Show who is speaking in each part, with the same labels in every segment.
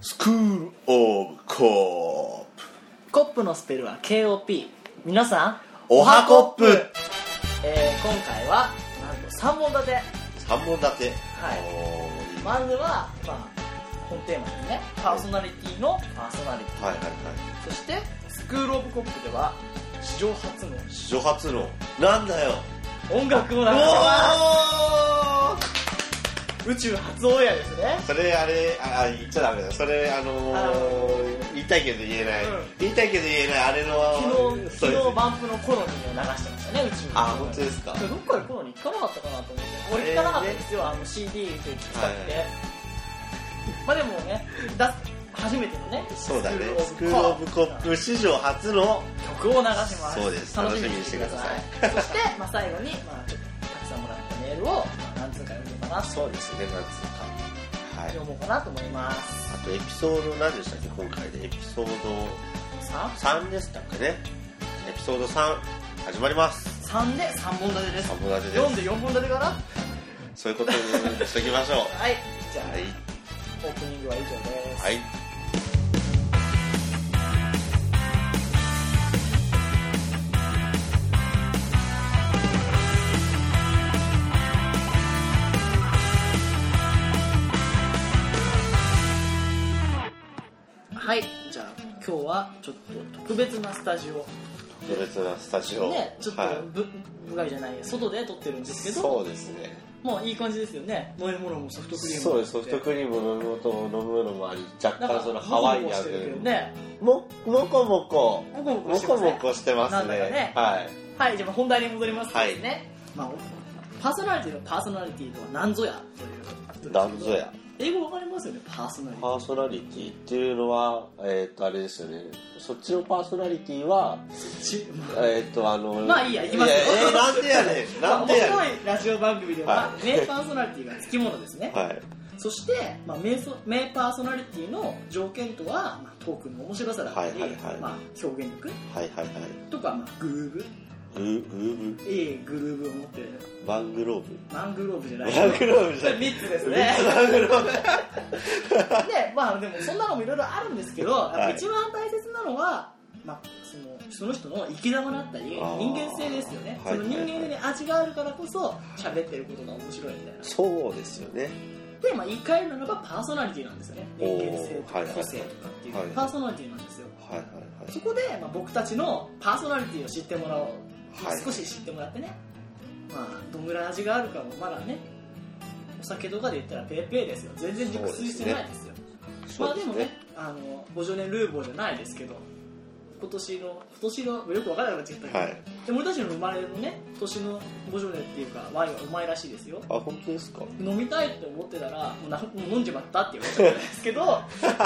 Speaker 1: スクールオブコープ
Speaker 2: コップのスペルは KOP 皆さん
Speaker 1: おはコップ、
Speaker 2: えー今回はなんと3本立て
Speaker 1: 三本立て
Speaker 2: はい
Speaker 1: おー
Speaker 2: まずは、まあ、本テーマですねパーソナリティのパーソナリティ、
Speaker 1: はいはいはい
Speaker 2: そしてスクール・オブ・コップでは史上初の
Speaker 1: 史上初のなんだよ
Speaker 2: 音楽を流
Speaker 1: お
Speaker 2: せま
Speaker 1: お
Speaker 2: す宇宙初オンエアですね
Speaker 1: それあれああ言っちゃダメだそれあのー
Speaker 2: あの
Speaker 1: 言いたいけど言えない、
Speaker 2: うん
Speaker 1: 言いたいけど言えないあれの
Speaker 2: 昨日
Speaker 1: そうです
Speaker 2: 昨日バンプのコロニーを流してましたね宇宙の
Speaker 1: あ本当ですか
Speaker 2: 今日どっかでコロニー聞かなかったかなと思って俺聞かなかったんですよ、あの CD という聞きたくて、
Speaker 1: はい
Speaker 2: まあでもねだ初めてのね
Speaker 1: そうだねス
Speaker 2: ス
Speaker 1: ク
Speaker 2: ク
Speaker 1: ール
Speaker 2: ール
Speaker 1: オ
Speaker 2: オ
Speaker 1: ブ
Speaker 2: ブ
Speaker 1: コ
Speaker 2: コップ
Speaker 1: ップ史上初の
Speaker 2: 曲を流します
Speaker 1: そうです
Speaker 2: 楽しみにしてくださいそして、まあ、最後に、まあ、ちょっとたくさんもらったメールを、まあ、何通か読もうかな
Speaker 1: そうですねなんつうかはい
Speaker 2: 読もうかなと思います
Speaker 1: あとエピソード何でしたっけ今回でエピソード
Speaker 2: さ
Speaker 1: 3でしたっけねエピソード3始まります
Speaker 2: 3で3本立てです
Speaker 1: 3本立て
Speaker 2: 4
Speaker 1: で
Speaker 2: で4本立てかな
Speaker 1: すそういうことにしときましょう
Speaker 2: はいじゃあ、
Speaker 1: はい
Speaker 2: オープニングは以上です、
Speaker 1: はい
Speaker 2: はい、じゃあ今日はちょっと特別なスタジオ
Speaker 1: 特別なスタジオ
Speaker 2: ねちょっと
Speaker 1: はい
Speaker 2: ぶ、部外じゃないや外で撮ってるんですけど
Speaker 1: そうですね
Speaker 2: もういい感じですよね飲み物もソフトクリームも
Speaker 1: そうですソフトクリーム飲むこと飲むのもあり若
Speaker 2: なんか
Speaker 1: 干そのハワイア
Speaker 2: モコモコしてるけど
Speaker 1: ン
Speaker 2: ね
Speaker 1: ももこもこ
Speaker 2: モコモコ
Speaker 1: も
Speaker 2: して
Speaker 1: こ
Speaker 2: ま
Speaker 1: も
Speaker 2: すね
Speaker 1: こしてますね
Speaker 2: なんだかね
Speaker 1: はい
Speaker 2: はいじゃあ本題に戻ります
Speaker 1: はい
Speaker 2: ね、まあ、パーソナリティのパーソナリティとは何ぞやということですけど
Speaker 1: なんぞや
Speaker 2: 英語わかりますよねパーソナリティ
Speaker 1: パーソナリティっていうのはえっ、とあれですよねそっちのパーソナリティは
Speaker 2: ち
Speaker 1: えっ、とあの
Speaker 2: まあいいや行きますよ
Speaker 1: いやえーなんでやねん
Speaker 2: ま
Speaker 1: な
Speaker 2: あ
Speaker 1: ん
Speaker 2: 面
Speaker 1: でやねん
Speaker 2: 白いラジオ番組では、
Speaker 1: はい
Speaker 2: 名パーソナリティがつきものですね、
Speaker 1: はい
Speaker 2: そして、まあ、名そ名パーソナリティの条件とは、まあ、トークの面白さだったり、
Speaker 1: はいはいはい
Speaker 2: まあ、表現力
Speaker 1: はいはいはい
Speaker 2: とか、まあ、グルーブ
Speaker 1: グーグーブ
Speaker 2: ええグルーブを持ってる
Speaker 1: マングローブ
Speaker 2: マングローブじゃない
Speaker 1: マングローブじゃない
Speaker 2: 3つですね
Speaker 1: マングローブ
Speaker 2: でまあでもそんなのもいろいろあるんですけど、やっぱ
Speaker 1: はい
Speaker 2: 一番大切なのは、まあ、そのその人の生き様だったり人
Speaker 1: あー
Speaker 2: 間性ですよね、
Speaker 1: はい
Speaker 2: その人間性に味があるからこそ喋ってることが面白いみたいな
Speaker 1: そうですよね
Speaker 2: で、まあ、言い換えるのがパーソナリティなんですよね人
Speaker 1: おー
Speaker 2: 間性と
Speaker 1: は
Speaker 2: か
Speaker 1: いはい
Speaker 2: 個性とかっていう、
Speaker 1: はい
Speaker 2: パーソナリティなんですよ
Speaker 1: はいはい
Speaker 2: そこで、まあ、僕たちのパーソナリティを知ってもらおう、
Speaker 1: はい
Speaker 2: 少し知ってもらってね、まあ、どんぐらい味があるかもまだねお酒とかで言ったらペーペーですよ全然熟睡してないですよま
Speaker 1: そ
Speaker 2: あ
Speaker 1: うで
Speaker 2: ですも
Speaker 1: ね
Speaker 2: ねあのボジョレ・ルーボーじゃないですけど今年の今年のよくわからなくなっちゃったけど、
Speaker 1: はい
Speaker 2: でも俺たちの生まれのね年のボジョレっていうかワインはうまいらしいですよ
Speaker 1: あ本当ですか
Speaker 2: 飲みたいって思ってたらもうなもう飲んじまったって言われちゃったんですけど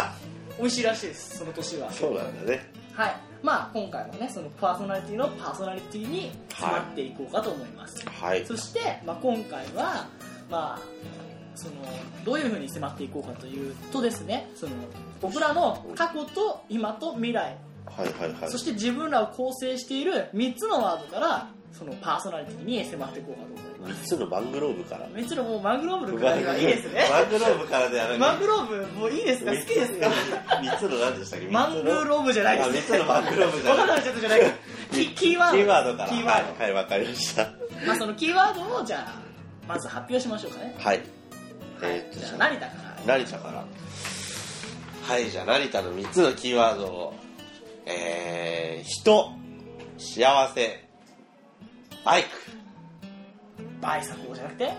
Speaker 2: 美味しいらしいですその年は
Speaker 1: そうなんだね
Speaker 2: はい、まあ今回もねそのパーソナリティのパーソナリティに詰まっていこうかと思います、
Speaker 1: はい
Speaker 2: そして、まあ、今回は、まあ、そのどういうふうに迫っていこうかというとですねその僕らの過去と今と未来
Speaker 1: はいはいはい
Speaker 2: そして自分らを構成している3つのワードからそのパーソナリティに迫っていこうかと思い
Speaker 1: 三
Speaker 2: ま
Speaker 1: つのマングローブから
Speaker 2: すめっちゃもうマングローブのくらいがいいですね
Speaker 1: マングローブからであれ
Speaker 2: マングローブもういいですか好きですか
Speaker 1: 三つの何でしたっけ
Speaker 2: マングローブじゃない
Speaker 1: あ三
Speaker 2: です
Speaker 1: つのマングローブじゃない
Speaker 2: 分かんなくなっちゃったじゃないか キキーワード
Speaker 1: キーワードから
Speaker 2: キーワード
Speaker 1: はいはいわかりました
Speaker 2: まあそのキーワードをじゃあまず発表しましょうかね。
Speaker 1: はい
Speaker 2: はい
Speaker 1: えーっと
Speaker 2: じゃ
Speaker 1: じゃ
Speaker 2: あ
Speaker 1: あ
Speaker 2: 成田から。
Speaker 1: 成田からはいじゃあ成田の3つのキーワードをえー、人幸せバイク
Speaker 2: バイサコじゃなくて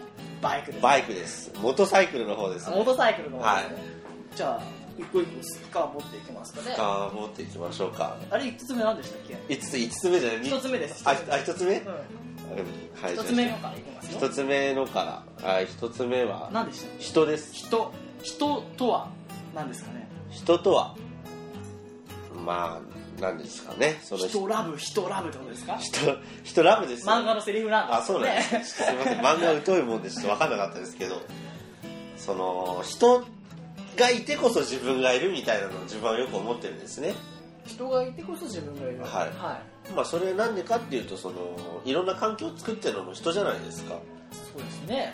Speaker 2: バイクです。
Speaker 1: バイクですモトサイクルの方です
Speaker 2: あ
Speaker 1: ね
Speaker 2: モートサイクルの方ですね。
Speaker 1: は
Speaker 2: じゃあ一個一個スッカー持っていきますかね。
Speaker 1: あー持っていきましょうか
Speaker 2: あれ一つ目なんでしたっけ？
Speaker 1: 5つ5つ目じゃない
Speaker 2: 一つ目です
Speaker 1: ああ一つ目、うん
Speaker 2: う
Speaker 1: はい
Speaker 2: ん。
Speaker 1: じゃあ
Speaker 2: 一つ目のからいきます
Speaker 1: 一
Speaker 2: よ。
Speaker 1: つ目のからはい一つ目は
Speaker 2: 何でしたっけ？
Speaker 1: 人です
Speaker 2: 人人とは何ですかね？
Speaker 1: 人とはまあ何ですかねその
Speaker 2: 人ラブ人ラブってことですか？
Speaker 1: 人人ラブですよ
Speaker 2: 漫画のセリフなんです
Speaker 1: あそうなんです、 すみません漫画疎いもんでちょっと分かんなかったですけどその人がいてこそ自分がいるみたいなのを自分はよく思ってるんですね
Speaker 2: 人がいてこそ自分がいる。
Speaker 1: はいまあそれなんでかっていうとそのいろんな環境を作ってるのも人じゃないですか
Speaker 2: そうですね。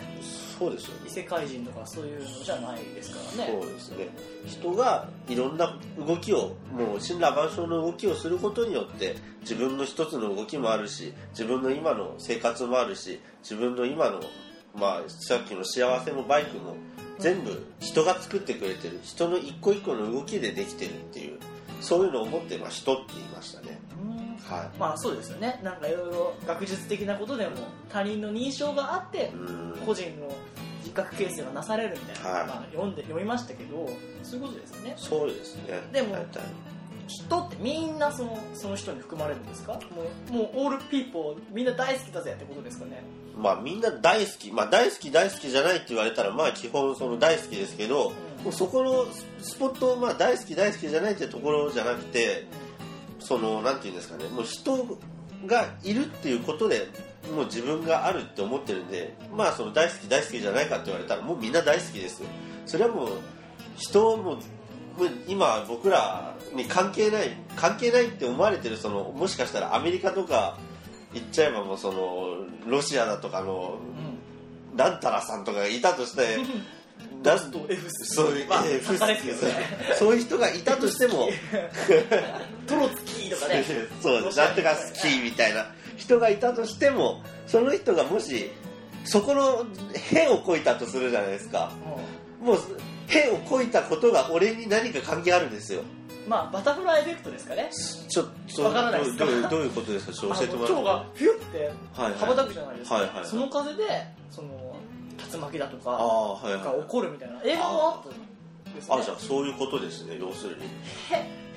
Speaker 1: そうですよね
Speaker 2: 異世界人とかそういうのじゃないですからね
Speaker 1: そうですね人がいろんな動きをもう神羅万象の動きをすることによって自分の一つの動きもあるし自分の今の生活もあるし自分の今の、まあ、さっきの幸せもバイクも全部人が作ってくれてる人の一個一個の動きでできてるっていうそういうのを持って、まあ、人って言いましたね
Speaker 2: うん
Speaker 1: は
Speaker 2: まあそうですよねなんかいろいろ学術的なことでも他人の認証があって
Speaker 1: いうん
Speaker 2: 個人の人格形成がなされるみたいな、
Speaker 1: はい
Speaker 2: まあ、読んで読みましたけどそういうことですよね
Speaker 1: そうですね
Speaker 2: でも
Speaker 1: 大体
Speaker 2: 人ってみんなそのその人に含まれるんですかもうもうオールピーポーみんな大好きだぜってことですかね
Speaker 1: まあみんな大好き、まあ、大好き大好きじゃないって言われたらまあ基本その大好きですけど、もうそこのススポットをまあ大好き大好きじゃないってところじゃなくてそのなんていうんですかねもう人がいるっていうことでもう自分があるって思ってるんでまあその大好き大好きじゃないかって言われたらもうみんな大好きですよそれはもう人をもうもう今僕らに関係ない関係ないって思われてるそのもしかしたらアメリカとか行っちゃえばもうそのロシアだとかの
Speaker 2: う
Speaker 1: なんたらさんとかがいたとして な
Speaker 2: ラ
Speaker 1: ん
Speaker 2: スト F
Speaker 1: そういう、
Speaker 2: まあ
Speaker 1: えー
Speaker 2: 作家ですけどね
Speaker 1: そういう人がいたとしても、
Speaker 2: トロツキーとかね
Speaker 1: そう
Speaker 2: ロシア
Speaker 1: なんとか好きみたいな人がいたとしても、その人がもし、そこの変をこいたとするじゃないですか。もう、変をこいたことが俺に何か関係あるんですよ。
Speaker 2: まあバタフライエフェクトですかね
Speaker 1: ちょっと、
Speaker 2: わからないですか
Speaker 1: どうどうどういうことですかちょっと教えてもら
Speaker 2: あの蝶がフュッて
Speaker 1: はいはい
Speaker 2: 羽ばたくじゃないですか、
Speaker 1: はいはいはい
Speaker 2: その風でその竜巻だと
Speaker 1: あ
Speaker 2: か
Speaker 1: あ、はい
Speaker 2: が
Speaker 1: は
Speaker 2: 起
Speaker 1: い。
Speaker 2: こるみたいな映画もあったんですね
Speaker 1: あ、じゃあそういうことですね、要するに。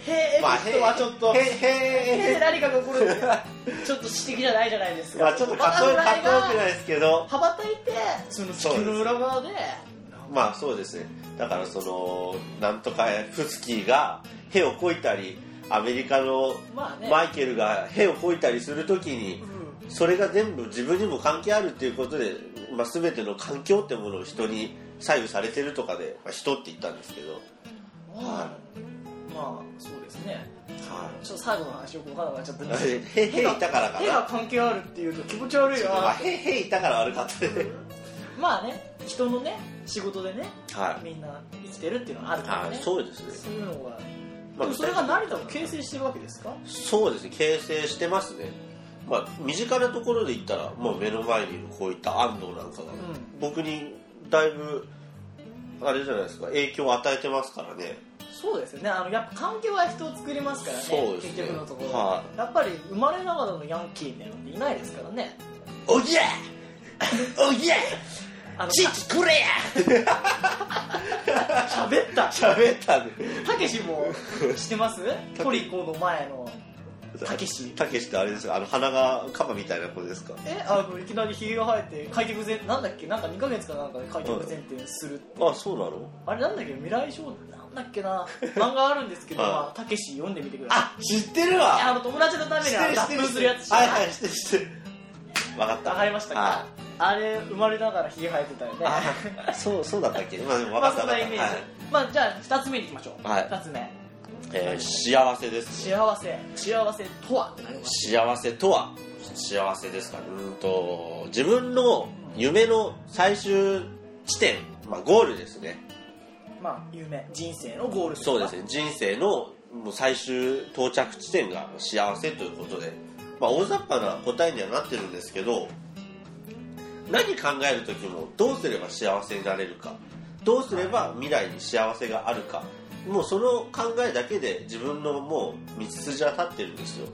Speaker 2: へえ
Speaker 1: まあ
Speaker 2: エフェクトはちょっと
Speaker 1: へ
Speaker 2: へえ
Speaker 1: へへ
Speaker 2: 何かが起こるちょっと私的じゃないじゃないですか、
Speaker 1: まあちょっとかっこよかっこよくないですけど。
Speaker 2: 羽ばたいてその地球の裏側で
Speaker 1: まあそうですねだからそのなんとかフスキーが屁をこいたりアメリカの
Speaker 2: まあね
Speaker 1: マイケルが屁をこいたりするときに
Speaker 2: うん
Speaker 1: それが全部自分にも関係あるっていうことで、まあ、全ての環境ってものを人に左右されてるとかで、まあ、人って言ったんですけど、
Speaker 2: まあまあそうですね
Speaker 1: は
Speaker 2: ちょっと最後の話よく分からなくなっちゃったんですけど
Speaker 1: い、へへいたからか
Speaker 2: 絵が
Speaker 1: な
Speaker 2: 関係あるっていうと気持ち悪い
Speaker 1: まあ、
Speaker 2: な
Speaker 1: へへいたから悪かったね
Speaker 2: まあね人のね仕事でね
Speaker 1: は
Speaker 2: みんな生きてるっていうのはある
Speaker 1: い、
Speaker 2: から
Speaker 1: はい、
Speaker 2: ね
Speaker 1: そうですね、
Speaker 2: そういうのが
Speaker 1: ま
Speaker 2: で
Speaker 1: あ
Speaker 2: もそれが成田を形成してるわけですか
Speaker 1: そうですね形成してますねまあ身近なところで言ったらもう目の前にいるこういった安藤なんかが、
Speaker 2: ん
Speaker 1: 僕にだいぶあれじゃないですか影響を与えてますからね
Speaker 2: そうですよねあのやっぱ環境は人を作りますからね
Speaker 1: そうですね
Speaker 2: 結局のところ、
Speaker 1: は
Speaker 2: やっぱり生まれながらのヤンキーみたいなのっていないですからね
Speaker 1: お ぎゃお ぎゃ
Speaker 2: あの
Speaker 1: チくれや
Speaker 2: 喋った
Speaker 1: 喋ったね
Speaker 2: たけし も知ってますトリコの前のたけした
Speaker 1: けしってあれですかあの鼻がカバみたいな子ですか
Speaker 2: えあのいきなりひげが生えて開脚前なんだっけなんか2ヶ月かなんかで開脚前転する、
Speaker 1: あそうなの
Speaker 2: あれなんだっけ未来少年なんだっけ な漫画あるんですけど、
Speaker 1: はい
Speaker 2: まあ、たけし読んでみてください
Speaker 1: あ知ってる
Speaker 2: いやあ
Speaker 1: わ
Speaker 2: の友達のため
Speaker 1: 知
Speaker 2: に
Speaker 1: っ
Speaker 2: あ
Speaker 1: てる
Speaker 2: の
Speaker 1: 知っ
Speaker 2: 脱
Speaker 1: てる
Speaker 2: 粉するやつ知ら
Speaker 1: は
Speaker 2: ない
Speaker 1: はい知ってる知ってる分かった
Speaker 2: わかりましたか、
Speaker 1: は
Speaker 2: あれ生まれながらひげ生えてたよね
Speaker 1: いあそうそうだったっけまあでも分
Speaker 2: ま
Speaker 1: か
Speaker 2: あ
Speaker 1: った
Speaker 2: そん
Speaker 1: 分か
Speaker 2: な
Speaker 1: った
Speaker 2: イメージ、
Speaker 1: はい
Speaker 2: まあじゃあ2つ目にいきましょう、
Speaker 1: はい
Speaker 2: 2つ目
Speaker 1: えー幸せですね
Speaker 2: 幸せ幸せとはってなりまし
Speaker 1: 幸せとは幸せですかねうーんと自分の夢の最終地点、まあ、ゴールですね
Speaker 2: たまあ有名人生のゴールとか
Speaker 1: そうですね人生のもう最終到着地点が幸せということで、まあ、大雑把な答えにはなってるんですけど何考える時もどうすれば幸せになれるかどうすれば未来に幸せがあるかもうその考えだけで自分のもう道筋は立ってるんですよ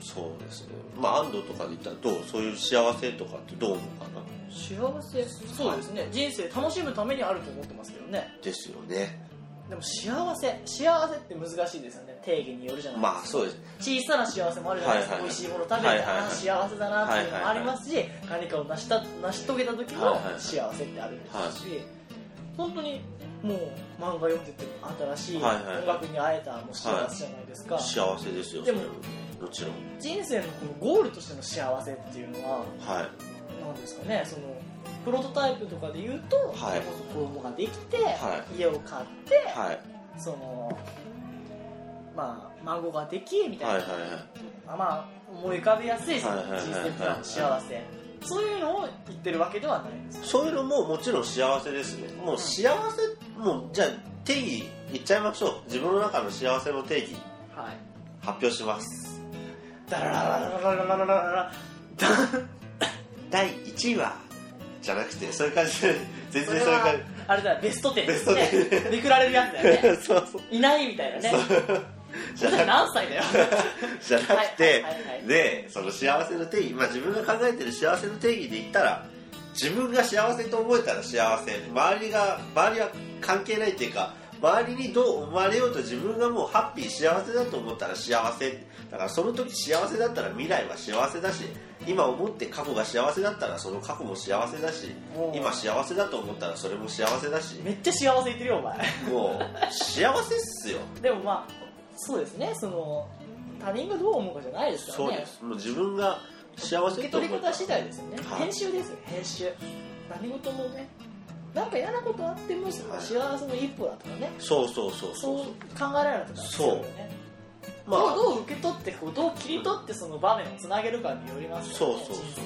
Speaker 1: そうですねまあ安藤とかで言ったらどうそういう幸せとかってどう思うかな
Speaker 2: 幸せそうですね人生楽しむためにあると思ってますけどね
Speaker 1: ですよね
Speaker 2: でも幸せ幸せって難しいですよね定義によるじゃないですか、
Speaker 1: まあそうです
Speaker 2: 小さな幸せもあるじゃないですか、
Speaker 1: はいはいはい
Speaker 2: 美味しいもの食べて、
Speaker 1: はいはいはい
Speaker 2: あ幸せだなっていうのもありますし、何かを成した成し遂げた時
Speaker 1: はいは
Speaker 2: の
Speaker 1: いはい
Speaker 2: 幸せってあるんですし、本当にもう漫画読んでても新しい
Speaker 1: はいはい
Speaker 2: 音楽に会えたもう幸せじゃないですか、
Speaker 1: 幸せですよ
Speaker 2: でも
Speaker 1: それもちろん
Speaker 2: 人生のこのゴールとしての幸せっていうのは
Speaker 1: はい
Speaker 2: 何ですかねそのプロトタイプとかで言うと、
Speaker 1: はい
Speaker 2: それこそ子供ができて、
Speaker 1: は
Speaker 2: 家を買って、
Speaker 1: はい
Speaker 2: そのまあ孫ができみたいな
Speaker 1: はいはいはい
Speaker 2: あまあ思い浮かべやすいその
Speaker 1: はいはいはいはい
Speaker 2: 人生プランの幸せそういうのを言ってるわけではないんです
Speaker 1: そういうのももちろん幸せですねもう幸せもうじゃあ定義言っちゃいましょう自分の中の幸せの定義
Speaker 2: はい
Speaker 1: 発表します
Speaker 2: ダララララララララララ
Speaker 1: 第1位はじゃなくてそういう感じで全然
Speaker 2: そ
Speaker 1: そう
Speaker 2: れ
Speaker 1: いう
Speaker 2: は
Speaker 1: 感
Speaker 2: あれだベスト10
Speaker 1: ベスト10
Speaker 2: ねめくられるやつだよ
Speaker 1: じ、
Speaker 2: ね
Speaker 1: そうそう
Speaker 2: いないみたいなね
Speaker 1: じゃ
Speaker 2: 俺
Speaker 1: な
Speaker 2: ら何歳だよ
Speaker 1: じゃなくて
Speaker 2: はいはいはいはい
Speaker 1: でその幸せの定義まあ自分が考えてる幸せの定義で言ったら自分が幸せと思えたら幸せ周りが周りは関係ないっていうか周りにどう思われようと自分がもうハッピー幸せだと思ったら幸せだからその時幸せだったら未来は幸せだし今思って過去が幸せだったらその過去も幸せだし
Speaker 2: おー
Speaker 1: 今幸せだと思ったらそれも幸せだ し
Speaker 2: めっちゃ幸せ言ってるよお前
Speaker 1: もう幸せっすよ
Speaker 2: でもまあそうですねその他人がどう思うかじゃないですから
Speaker 1: そう
Speaker 2: ね
Speaker 1: ですもう自分が幸
Speaker 2: 受
Speaker 1: せ
Speaker 2: け
Speaker 1: と
Speaker 2: 取
Speaker 1: 思
Speaker 2: り
Speaker 1: えた
Speaker 2: 方
Speaker 1: ら
Speaker 2: 次第ですよね、
Speaker 1: はい
Speaker 2: 編集ですよ編集何事もねなんか嫌なことあっても、まあ幸せの一歩だとかね
Speaker 1: そうそうそう
Speaker 2: そう
Speaker 1: そう
Speaker 2: 考えられるとかよね
Speaker 1: ま
Speaker 2: どう
Speaker 1: あ
Speaker 2: どう受け取ってこうどう切り取ってその場面をつなげるかによります
Speaker 1: そ
Speaker 2: よ
Speaker 1: う
Speaker 2: ね
Speaker 1: そうそう
Speaker 2: 人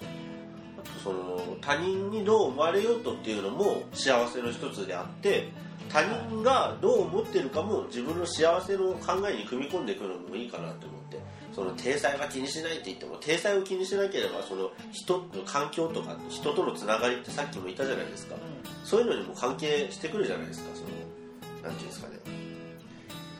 Speaker 2: 生
Speaker 1: そうその他人にどう思われようとっていうのも幸せの一つであって他人がどう思ってるかも自分の幸せの考えに組み込んでいくのもいいかなと思ってその体裁は気にしないって言っても体裁を気にしなければその人の環境とか人とのつながりってさっきも言ったじゃないですかそういうのにも関係してくるじゃないですかそのなんていうんですかね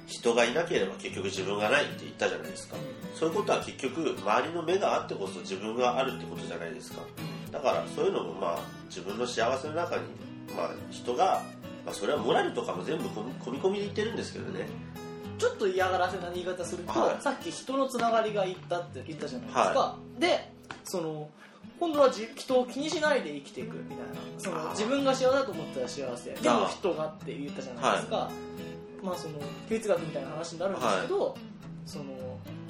Speaker 1: 人がいなければ結局自分がないって言ったじゃないですかそういうことは結局周りの目があってこそ自分があるってことじゃないですかだからそういうのもまあ自分の幸せの中に、まあ、人が、まあ、それはモラルとかも全部込み込み込みで言ってるんですけどね
Speaker 2: ちょっと嫌がらせな言い方すると、
Speaker 1: はい
Speaker 2: さっき人のつながりがいったって言ったじゃないですか、
Speaker 1: は
Speaker 2: でその今度はじ人を気にしないで生きていくみたいなその
Speaker 1: あー
Speaker 2: 自分が幸せだと思ったら幸せでも人がって言ったじゃないですか、まあその哲学みたいな話になるんですけど、その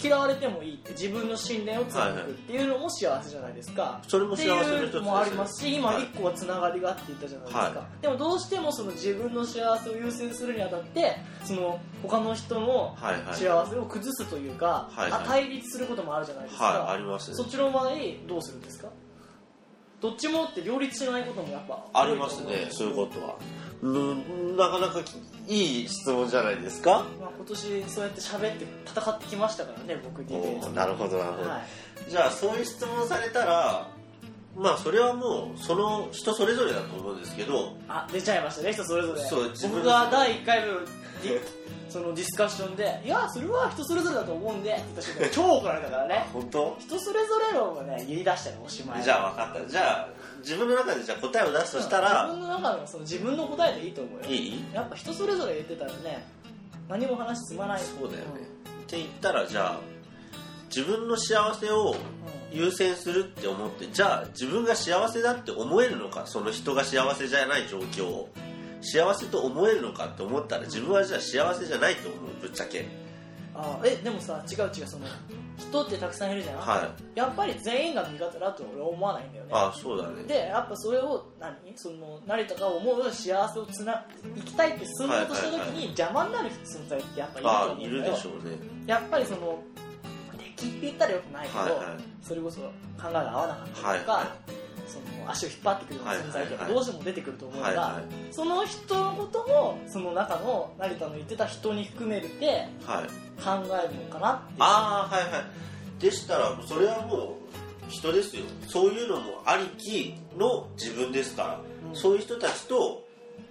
Speaker 2: 嫌われてもいいって自分の信念を貫くっていうのも幸せじゃないですか、
Speaker 1: それも
Speaker 2: って
Speaker 1: 幸せの一つで
Speaker 2: い
Speaker 1: すよ
Speaker 2: うのもありますし今
Speaker 1: はい
Speaker 2: 一個はつながりがあって言ったじゃないですか、
Speaker 1: は
Speaker 2: でもどうしてもその自分の幸せを優先するにあたってその他の人の
Speaker 1: はいはい
Speaker 2: 幸せを崩すというか、
Speaker 1: はい
Speaker 2: あ対立することもあるじゃないですか、
Speaker 1: はいありますね
Speaker 2: そっちの場合どうするんですかどっちもって両立しないこともやっぱ、
Speaker 1: ありますねそういうこととはうんなかなかきいい質問じゃないですか
Speaker 2: まあ、今年そうやって喋って戦ってきましたからね僕ディベー
Speaker 1: お
Speaker 2: ト
Speaker 1: ーなるほどなるほど、
Speaker 2: はい
Speaker 1: じゃあそういう質問されたらまあそれはもうその人それぞれだと思うんですけど
Speaker 2: あ出ちゃいましたね人それぞれ
Speaker 1: そう自分
Speaker 2: 僕が第1回のディそのディスカッションで「いやそれは人それぞれだと思うんで」って言った瞬間超怒られたからね
Speaker 1: 本当
Speaker 2: 人それぞれ論をね言い出したらおしまい
Speaker 1: じゃあ分かったじゃあ自分の中でじゃあ答えを出すとしたら
Speaker 2: 自分の中のその自分の答えでいいと思うよ
Speaker 1: いい
Speaker 2: やっぱ人それぞれ言ってたらね何も話進まない
Speaker 1: そうだよね、って言ったらじゃあ自分の幸せを優先するって思ってじゃあ自分が幸せだって思えるのかその人が幸せじゃない状況を幸せと思えるのかって思ったら自分はじゃあ幸せじゃないと思うぶっちゃけ
Speaker 2: うんあえでもさ違う違うその人ってたくさんいるじゃん、
Speaker 1: はい
Speaker 2: やっぱり全員が味方だと俺は思わないんだよね
Speaker 1: あそうだね
Speaker 2: でやっぱそれを何その成田が思う幸せをつな生きたいって進もうとした時
Speaker 1: はいはいはい
Speaker 2: に邪魔になる存在ってやっぱいると
Speaker 1: あ
Speaker 2: 思う
Speaker 1: い
Speaker 2: ん
Speaker 1: る
Speaker 2: だよ
Speaker 1: でしょうね
Speaker 2: やっぱりその敵って言ったらよくないけど、
Speaker 1: はいはい
Speaker 2: それこそ考えが合わなかったりとか、
Speaker 1: はいは
Speaker 2: その足を引っ張ってくるような存在って
Speaker 1: はいはいはい
Speaker 2: どうしても出てくると思うが、
Speaker 1: はいは
Speaker 2: その人のこともその中の成田の言ってた人に含めて
Speaker 1: いはい
Speaker 2: 考えるのかなって
Speaker 1: ああはいはいでしたらそれはもう人ですよそういうのもありきの自分ですから、
Speaker 2: うん
Speaker 1: そういう人たちと、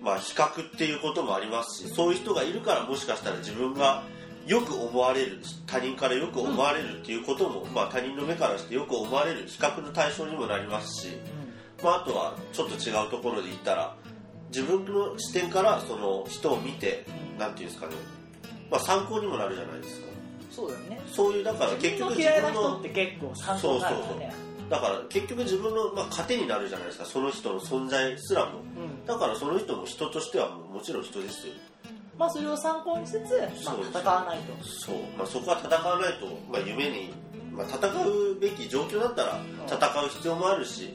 Speaker 1: まあ、比較っていうこともありますしそういう人がいるからもしかしたら自分がよく思われる他人からよく思われるっていうことも、まあ、他人の目からしてよく思われる比較の対象にもなりますし、まあ、あとはちょっと違うところで言ったら自分の視点からその人を見てなんていうんですかね、まあ、参考にもなるじゃないですか
Speaker 2: うんそうだよね
Speaker 1: そういうだから結
Speaker 2: 自分
Speaker 1: 局
Speaker 2: の
Speaker 1: 自
Speaker 2: 嫌い
Speaker 1: 分
Speaker 2: な
Speaker 1: の
Speaker 2: 人って結構参考になるからね
Speaker 1: だから結局自分の、まあ、糧になるじゃないですかその人の存在すらも
Speaker 2: うん
Speaker 1: だからその人も人としてはもうもちろん人ですよ
Speaker 2: まあ、それを参考にしつつ、まあ
Speaker 1: そうです、ね
Speaker 2: 戦わないと、
Speaker 1: そう、まあ、そこは戦わないと、まあ、夢に、まあ、戦うべき状況だったら戦う必要もあるし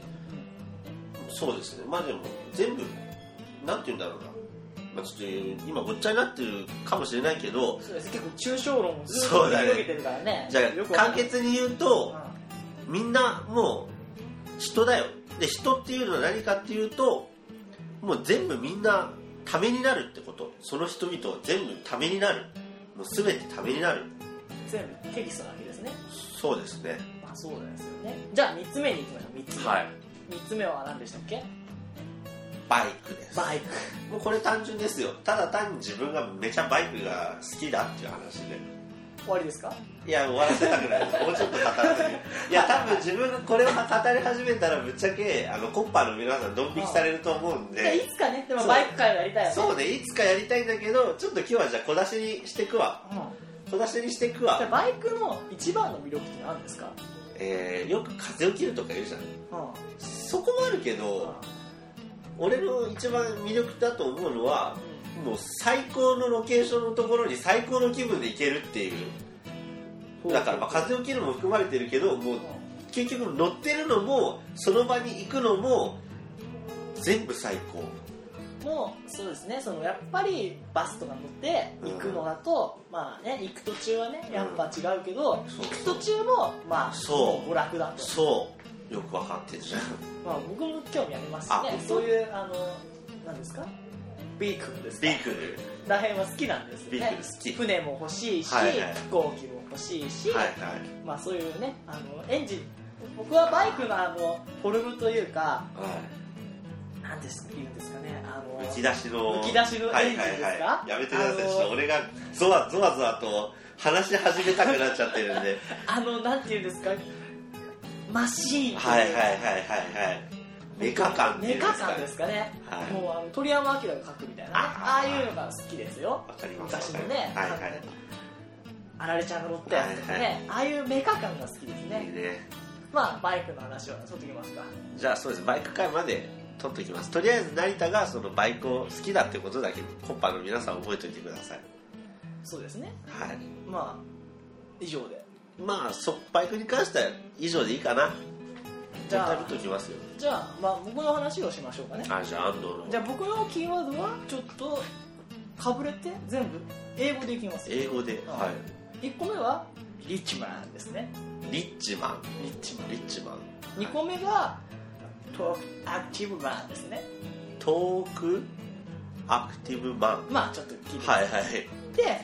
Speaker 1: そうですねまあでも全部なんて言うんだろうな、まあ、ちょっと今ごっちゃになってるかもしれないけど
Speaker 2: そうです結構抽象論をずっと
Speaker 1: そう
Speaker 2: 繰
Speaker 1: だ
Speaker 2: り
Speaker 1: ね
Speaker 2: 広げてるからね
Speaker 1: じゃ
Speaker 2: よく
Speaker 1: あ
Speaker 2: わかん
Speaker 1: 簡
Speaker 2: ない
Speaker 1: 潔に言うとみんなもう人だよで人っていうのは何かっていうともう全部みんなためになるってことその人々は全部ためになるもう全てためになる
Speaker 2: 全部テキストなわけですね
Speaker 1: そうですね
Speaker 2: まあそうなんですよねじゃあ3つ目にいきましょう3つ目、
Speaker 1: はい
Speaker 2: 3つ目は何でしたっけ
Speaker 1: バイクです
Speaker 2: バイク
Speaker 1: もうこれ単純ですよただ単に自分がめちゃバイクが好きだっていう話で
Speaker 2: 終わりですか
Speaker 1: いや終わらせたくないもうちょっと語らずにいや多分自分がこれを語り始めたらぶっちゃけあのコッパーの皆さんドン引きされると思うん
Speaker 2: じゃあ
Speaker 1: で
Speaker 2: いつかねでも
Speaker 1: そう
Speaker 2: バイク会をやりたいよね
Speaker 1: そうねいつかやりたいんだけどちょっと今日はじゃあ小出しにしてくわ
Speaker 2: うん
Speaker 1: 小出しにしてく
Speaker 2: じゃあ
Speaker 1: わ
Speaker 2: バイクの一番の魅力って何ですか
Speaker 1: えー、よく風を切るとか言うじゃん
Speaker 2: うん
Speaker 1: そこもあるけ
Speaker 2: うん
Speaker 1: ど俺の一番魅力だと思うのはもう最高のロケーションのところに最高の気分で行けるっていうだからまあ風を切るのも含まれてるけどもう結局乗ってるのもその場に行くのも全部最高
Speaker 2: もうそうですねそのやっぱりバスとか乗って行くのだと、まあね行く途中はねやっぱ違うけど、
Speaker 1: そう
Speaker 2: 行く途中もまあ
Speaker 1: そう
Speaker 2: 娯楽だと、
Speaker 1: そうよく分かってるじゃん
Speaker 2: まあ、僕も興味ありますし
Speaker 1: あ
Speaker 2: ね
Speaker 1: 本当
Speaker 2: そういうあの何ですかビークルですか
Speaker 1: ビークル
Speaker 2: らへんは好きなんですよ
Speaker 1: ビーク
Speaker 2: ね
Speaker 1: ル好き
Speaker 2: 船も欲しいし、
Speaker 1: はいはい
Speaker 2: 飛行機も欲しいし、
Speaker 1: はいはい
Speaker 2: まあそういうねあのエンジン僕はバイクのあのフォルムというか
Speaker 1: は
Speaker 2: 何です言うんですかねあの
Speaker 1: い浮き出しの
Speaker 2: 浮き出しの
Speaker 1: はい
Speaker 2: エンジン
Speaker 1: はい
Speaker 2: です
Speaker 1: は
Speaker 2: か
Speaker 1: いやめてくださいちょっ
Speaker 2: あ
Speaker 1: と
Speaker 2: の
Speaker 1: 俺がゾワゾワゾワと話し始めたくなっちゃってるん で
Speaker 2: あのなんていうんですかマシーンとう
Speaker 1: はいはいはいはいはいメカ感ってい
Speaker 2: メ
Speaker 1: うんです
Speaker 2: カ
Speaker 1: か
Speaker 2: 感
Speaker 1: ね
Speaker 2: ですかね、
Speaker 1: はい
Speaker 2: もうあの鳥山明が描くみたいなね
Speaker 1: あ
Speaker 2: あ
Speaker 1: ー
Speaker 2: あいうのが好きですよ
Speaker 1: わかります
Speaker 2: 昔のね、
Speaker 1: はいは
Speaker 2: あられちゃんが乗ったやつとかね、
Speaker 1: はい
Speaker 2: ああいうメカ感が好きです
Speaker 1: いいい
Speaker 2: ね
Speaker 1: ね
Speaker 2: まあバイクの話は取ってきますか
Speaker 1: じゃあそうですバイク会まで取ってきますとりあえず成田がそのバイクを好きだってことだけコッパの皆さん覚えておいてください
Speaker 2: そうですね
Speaker 1: はい
Speaker 2: まあ以上で
Speaker 1: まあそバイクに関しては以上でいいかな
Speaker 2: じゃあ
Speaker 1: 取ってきますよ
Speaker 2: じゃあまあ僕の話をしましょうかね
Speaker 1: あじゃあ安藤の
Speaker 2: じゃあ僕のキーワードはちょっとかぶれて全部英語でいきます
Speaker 1: 英語で、
Speaker 2: は1個目はリッチマンですね
Speaker 1: い、リッチマ
Speaker 2: リッチマ
Speaker 1: ンリッチマン
Speaker 2: ン2個目がトークアクティブマンですね
Speaker 1: トークアクティブマ
Speaker 2: まあちょっと聞い
Speaker 1: ン
Speaker 2: て、
Speaker 1: はい
Speaker 2: い、
Speaker 1: はい
Speaker 2: で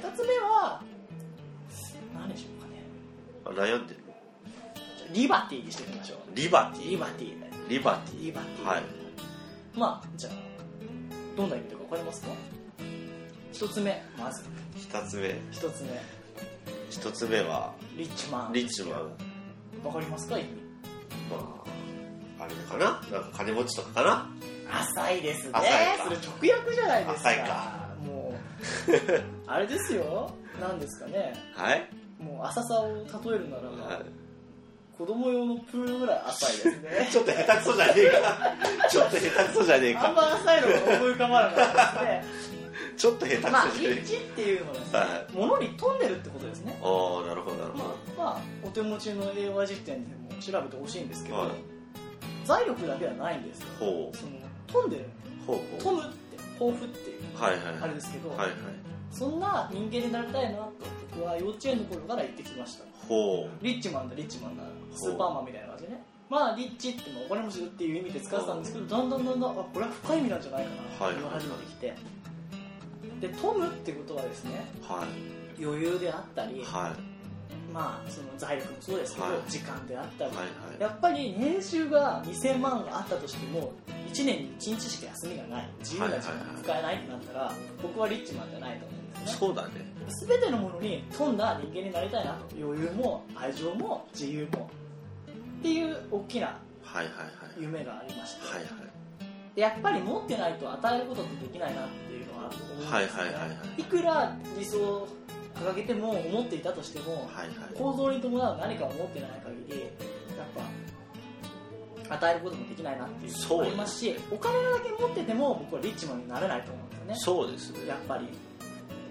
Speaker 2: 2つ目は何でしょうかね
Speaker 1: あ悩んでる
Speaker 2: じゃあリバティにしていきましょう
Speaker 1: リバテ
Speaker 2: リ
Speaker 1: ィ
Speaker 2: バティね
Speaker 1: リバティ
Speaker 2: リバティ
Speaker 1: はい
Speaker 2: まあじゃあどんな意味とか分かりますか1つ目まず
Speaker 1: 二つ目
Speaker 2: 1つ目
Speaker 1: 一つ目は
Speaker 2: リッチマン
Speaker 1: リッチマン
Speaker 2: 分かりますか意味
Speaker 1: まああれかななんか金持ちとかかな
Speaker 2: 浅いですね
Speaker 1: 浅いか
Speaker 2: それ直訳じゃないですか
Speaker 1: 浅いか
Speaker 2: もうあれですよなんですかね
Speaker 1: はい
Speaker 2: もう浅さを例えるなら、まあ
Speaker 1: はい
Speaker 2: 子供用のプールぐらい浅いですね
Speaker 1: ちょっと下手くそじゃねえかちょっと下手くそじゃねえ
Speaker 2: あん
Speaker 1: か
Speaker 2: ま浅いのが思い浮かばなかった ですね
Speaker 1: ちょっと下手くそ
Speaker 2: まあ
Speaker 1: じゃね
Speaker 2: 立地っていうのはですね、
Speaker 1: は
Speaker 2: 物に富んでるってことですね
Speaker 1: えかああなるほどなる
Speaker 2: ま
Speaker 1: ほ
Speaker 2: あ、まあ、お手持ちの英和辞典でも調べてほしいんですけ
Speaker 1: ど
Speaker 2: ど、
Speaker 1: はい
Speaker 2: 財力だけではないんですよ
Speaker 1: ほう
Speaker 2: その富んでる
Speaker 1: ほうほ
Speaker 2: 富むって豊富っていう
Speaker 1: うはいはい
Speaker 2: あれですけど、
Speaker 1: はいはい
Speaker 2: そんな人間になりたいなと僕は幼稚園の頃から言ってきました
Speaker 1: ほう
Speaker 2: リッチマンだリッチマンだスーパーマンみたいな感じでねまあリッチってもお金持ちだっていう意味で使ってたんですけどだんだんだんだんあこれは深い意味なんじゃないかな
Speaker 1: はい
Speaker 2: っていう始まってきてで富むってことはですね
Speaker 1: は
Speaker 2: 余裕であった
Speaker 1: い
Speaker 2: り
Speaker 1: はい
Speaker 2: まあその財力もそうですけど
Speaker 1: はい
Speaker 2: 時間であったり
Speaker 1: はいはい
Speaker 2: やっぱり年収が2000万があったとしても1年に1日しか休みがない自由な時間が使えないってなったら僕はリッチマンじゃないと思うんですね
Speaker 1: そうだね
Speaker 2: 全てのものに富んだ人間になりたいなと余裕も愛情も自由もっていう大きな
Speaker 1: はいはいはい
Speaker 2: 夢がありまして、
Speaker 1: はい
Speaker 2: でやっぱり持ってないと与えることってできないなっていうのは思うんですね、
Speaker 1: はいはいはいはいはい
Speaker 2: いくら理想を掲げても思っていたとしても
Speaker 1: はいはい
Speaker 2: 行動に伴う何かを持ってない限りやっぱ与えることもできないなっていうのもありますしお金だけ持ってても僕はリッチマンになれないと思うんですよね
Speaker 1: そうですね
Speaker 2: やっぱり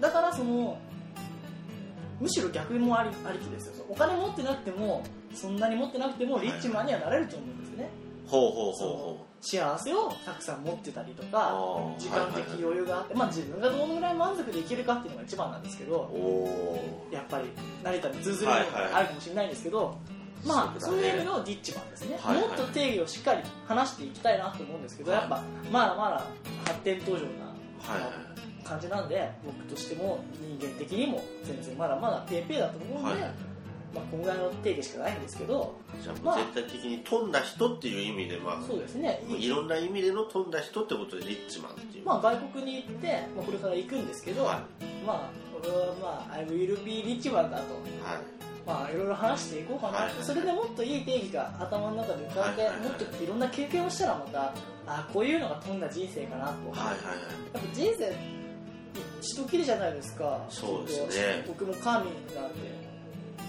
Speaker 2: だからそのむしろ逆もありありきですよお金持ってなくてもそんなに持ってなくても
Speaker 1: はい
Speaker 2: リッチマンにはなれると思うんですね、
Speaker 1: ほうほう
Speaker 2: そ
Speaker 1: ほう
Speaker 2: の
Speaker 1: ほう
Speaker 2: 幸せをたくさん持ってたりと
Speaker 1: あ
Speaker 2: か
Speaker 1: ー
Speaker 2: 時間
Speaker 1: はい
Speaker 2: 的
Speaker 1: はいはい
Speaker 2: 余裕があって、まあ、自分がどのぐらい満足できるかっていうのが一番なんですけど
Speaker 1: おお
Speaker 2: やっぱり成田に通ずるものがあるかもしれないんですけど、まあ
Speaker 1: そ
Speaker 2: そう
Speaker 1: だ
Speaker 2: う
Speaker 1: ね
Speaker 2: いう意味のディッチマンですね、
Speaker 1: はいはい
Speaker 2: もっと定義をしっかり話していきたいなと思うんですけど、
Speaker 1: はい
Speaker 2: やっぱまだまだ発展途上な
Speaker 1: はいはい
Speaker 2: 感じなんで僕としても人間的にも全然まだまだペーペーだと思うんで、
Speaker 1: はい
Speaker 2: まあ、こんぐらいの定義しかないんですけど
Speaker 1: じゃあ
Speaker 2: ま
Speaker 1: もう
Speaker 2: あ
Speaker 1: 絶対的に富んだ人っていう意味でまあ
Speaker 2: そうですね
Speaker 1: もういろんな意味での富んだ人ってことでリッチマンっていう
Speaker 2: まあ、外国に行って、まあ、これから行くんですけど、
Speaker 1: は
Speaker 2: まあ俺はまあ「I will be rich man」
Speaker 1: いは
Speaker 2: だと
Speaker 1: い
Speaker 2: まあいろいろ話していこうかな、
Speaker 1: はい
Speaker 2: それでもっといい定義が頭の中で浮かんで、
Speaker 1: はいはいはい
Speaker 2: もっといろんな経験をしたらまたあこういうのが飛んだ人生かなと、やっ
Speaker 1: はいはいはい
Speaker 2: ぱ人生一度きりじゃないですか
Speaker 1: そうですね
Speaker 2: ちょっと僕も神なんで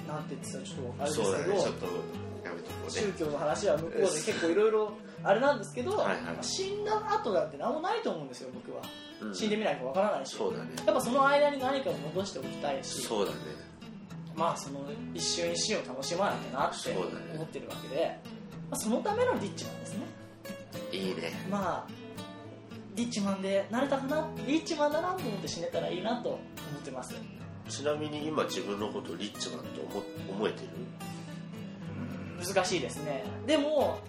Speaker 2: なんて言ってたらちょっとあれですけ
Speaker 1: そうだね
Speaker 2: ど、
Speaker 1: ちょっとやめとこうね
Speaker 2: 宗教の話は向こうで結構いろいろあれなんですけど、
Speaker 1: はいはい
Speaker 2: まあ死んだ後なんて何もないと思うんですよ僕は
Speaker 1: うん
Speaker 2: 死んでみないかわからないし、
Speaker 1: そうだね
Speaker 2: やっぱその間に何かを残しておきたいし
Speaker 1: そうだね
Speaker 2: まあその一瞬一瞬を楽しまなきゃなって
Speaker 1: そうだね
Speaker 2: 思ってるわけで、まあ、そのためのリッチマンですね
Speaker 1: いいね
Speaker 2: まあリッチマンでなれたかなリッチマンだなと思って死ねたらいいなと思ってます
Speaker 1: ちなみに今自分のことリッチマンと思思えてる
Speaker 2: 難しいですねでも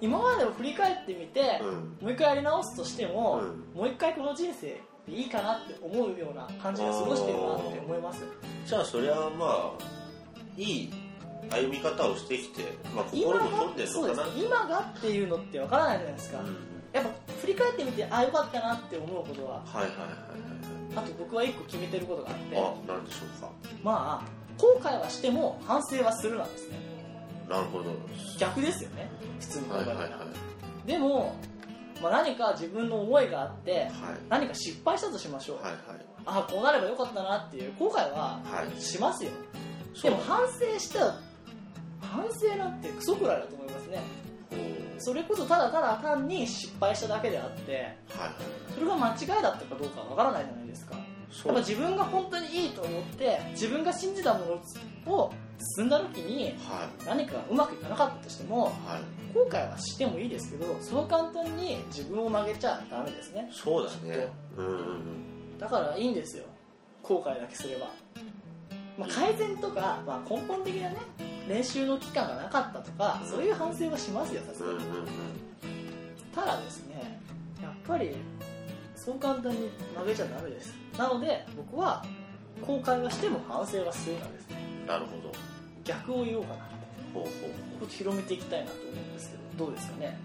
Speaker 2: 今までを振り返ってみて、
Speaker 1: うん
Speaker 2: もう一回やり直すとしても、
Speaker 1: うん
Speaker 2: もう一回この人生でいいかなって思うような感じで過ごしてるなって思います
Speaker 1: じゃあそれはまあいい歩み方をしてきて、まあ、心も
Speaker 2: が
Speaker 1: 富んでる
Speaker 2: そう
Speaker 1: の
Speaker 2: で
Speaker 1: か
Speaker 2: す
Speaker 1: な
Speaker 2: ね今がっていうのってわからないじゃないですか、
Speaker 1: うん
Speaker 2: やっぱ振り返ってみてああよかったなって思うことは
Speaker 1: はいはいは
Speaker 2: あと僕は一個決めてることがあって
Speaker 1: いはいあなんでしょうか
Speaker 2: まあ後悔はしても反省はするなんですね
Speaker 1: なるほど
Speaker 2: 逆ですよね普通の考
Speaker 1: は
Speaker 2: え
Speaker 1: い
Speaker 2: 方、
Speaker 1: はいはい
Speaker 2: でも、まあ、何か自分の思いがあって
Speaker 1: はい
Speaker 2: 何か失敗したとしましょう、
Speaker 1: はい
Speaker 2: ああこうなればよかったなっていう後悔は
Speaker 1: はいはい
Speaker 2: しますよ
Speaker 1: そ
Speaker 2: で
Speaker 1: う
Speaker 2: も反省したら反省なんてクソくらいだと思いますね
Speaker 1: おー
Speaker 2: それこそただただ単に失敗しただけであって
Speaker 1: はいはい
Speaker 2: それが間違いだったかどうかわからないじゃないですか
Speaker 1: そう
Speaker 2: やっぱ
Speaker 1: はい
Speaker 2: 自分が本当にいいと思って自分が信じたものを進んだ時に何かうまくいかなかったとしても
Speaker 1: はい
Speaker 2: 後悔はしてもいいですけどそう簡単に自分を曲げちゃダメですね
Speaker 1: そうだ
Speaker 2: き
Speaker 1: ね
Speaker 2: っ
Speaker 1: うんうんうん
Speaker 2: だからいいんですよ後悔だけすれば、まあ、改善とか、まあ、根本的なね練習の期間がなかったとかそういう反省はしますよさす
Speaker 1: うん
Speaker 2: が
Speaker 1: うん
Speaker 2: に
Speaker 1: うん
Speaker 2: ただですねやっぱりそう簡単に曲げちゃダメですなので僕は後悔はしても反省はするなんですね
Speaker 1: なるほど
Speaker 2: 逆を言おうかなって
Speaker 1: ほうほうほ
Speaker 2: ここ広めていきたいなと思うんですけどどうですかね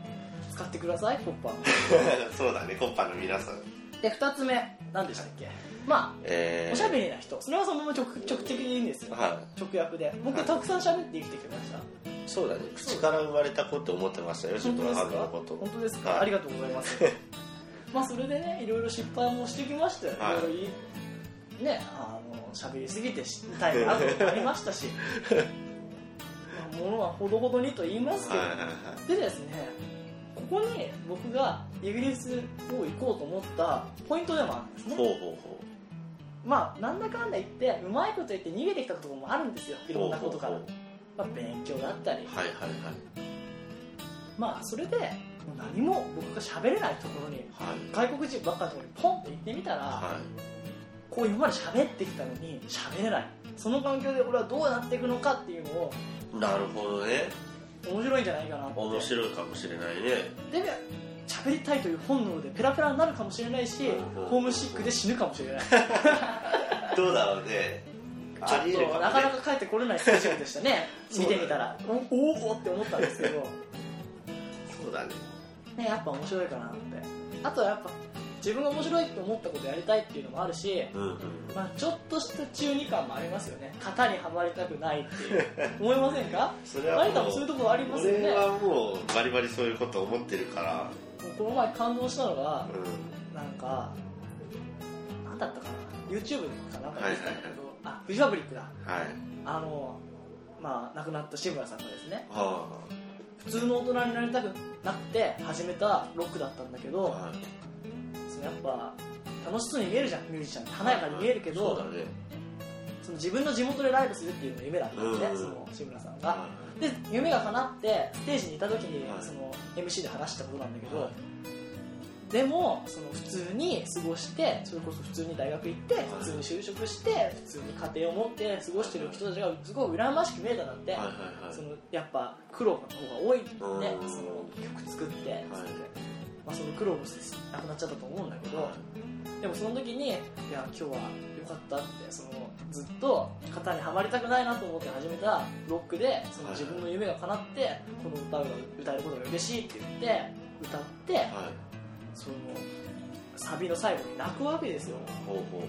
Speaker 2: 使ってくださいコッパー
Speaker 1: うそうだねコッパの皆さん
Speaker 2: で2つ目何でしたっけまあ
Speaker 1: えー
Speaker 2: おしゃべりな人それはそのまま直直的でいいんですよ
Speaker 1: は
Speaker 2: 直訳で僕
Speaker 1: はい
Speaker 2: たくさん喋って生きてきました
Speaker 1: いそうだね口から生まれた子って思ってましたよ自
Speaker 2: 本当
Speaker 1: 分
Speaker 2: です
Speaker 1: は
Speaker 2: か
Speaker 1: ハブのこと
Speaker 2: 本当ですか、
Speaker 1: はい
Speaker 2: ありがとうございます まあそれでねいろいろ失敗もしてきましたよ、
Speaker 1: はい
Speaker 2: い、ろいろいねあの喋りすぎて失態があることもありました しまあものはほどほどにと言いますけ
Speaker 1: はい
Speaker 2: ど、
Speaker 1: はいはい
Speaker 2: でですねここに僕がイギリスを行こうと思ったポイントでもあるんですね
Speaker 1: ほうほうほう
Speaker 2: まあなんだかんだ言ってうまいこと言って逃げてきたところもあるんですよいろんなことから
Speaker 1: ほうほう
Speaker 2: まあ、勉強だったり
Speaker 1: ほうはいはいはい
Speaker 2: まあそれでもう何も僕が喋れないところに
Speaker 1: はい
Speaker 2: 外国人ばっかのところにポンって行ってみたら、
Speaker 1: はい
Speaker 2: こう今まで喋ってきたのに喋れないその環境で俺はどうなっていくのかっていうのを
Speaker 1: なるほどね
Speaker 2: 面白いんじゃないかなって
Speaker 1: 面白いかもしれないね
Speaker 2: で喋りたいという本能でペラペラになるかもしれないし
Speaker 1: うん
Speaker 2: ホームシックで死ぬかもしれない
Speaker 1: どうだろうね
Speaker 2: ちょっ
Speaker 1: ありえる
Speaker 2: と
Speaker 1: も
Speaker 2: な
Speaker 1: ね
Speaker 2: かなか帰ってこれないスケジュールでしたね
Speaker 1: そう
Speaker 2: 見
Speaker 1: だね
Speaker 2: てみたらおおおって思ったんですけど
Speaker 1: そうだね
Speaker 2: ね、やっぱ面白いかなってあとはやっぱ自分が面白いと思ったことやりたいっていうのもあるし、
Speaker 1: うんうん
Speaker 2: まあ、ちょっとした中二感もありますよね型にはまりたくないっていう 思いませんか
Speaker 1: それは
Speaker 2: 成田
Speaker 1: も
Speaker 2: も
Speaker 1: う
Speaker 2: そういうところありますよね
Speaker 1: 俺はもうバリバリそういうこと思ってるから
Speaker 2: もうこの前感動したのが
Speaker 1: う
Speaker 2: なんかなんだったかな YouTube かなんかでしたんだけ
Speaker 1: は
Speaker 2: ど、
Speaker 1: いはい
Speaker 2: あフジファブリックだ
Speaker 1: んはい
Speaker 2: あのまあ亡くなった志村さんがですね
Speaker 1: は
Speaker 2: 普通の大人になりたくなくて始めたロックだったんだけ
Speaker 1: あ
Speaker 2: ど、
Speaker 1: はい
Speaker 2: そのやっぱ楽しそうに見えるじゃんミュージシャンって華やかに見えるけど、
Speaker 1: そうだね
Speaker 2: その自分の地元でライブするっていうのが夢だったんですね、
Speaker 1: うん
Speaker 2: その志村さんが、
Speaker 1: は
Speaker 2: で夢が叶ってステージにいた時に
Speaker 1: はい
Speaker 2: その MC で話したことなんだけど、
Speaker 1: はい
Speaker 2: でもその普通に過ごしてそれこそ普通に大学行って普通に就職して普通に家庭を持って過ごしてる人たちがすごい羨ましく見えたんだって、
Speaker 1: はいはいはい
Speaker 2: そのやっぱ苦労の方が多いんで、
Speaker 1: うん
Speaker 2: その曲作って、それでまあ、その苦労もしてなくなっちゃったと思うんだけど、
Speaker 1: は
Speaker 2: でもその時にいや今日は良かったってそのずっと型にはまりたくないなと思って始めたロックでそ
Speaker 1: は
Speaker 2: の
Speaker 1: い
Speaker 2: 自分の夢が叶ってこの歌が歌えることが嬉しいって言って歌って、
Speaker 1: いはい
Speaker 2: そのサビの最後に泣くわけですよ
Speaker 1: ほうほうほう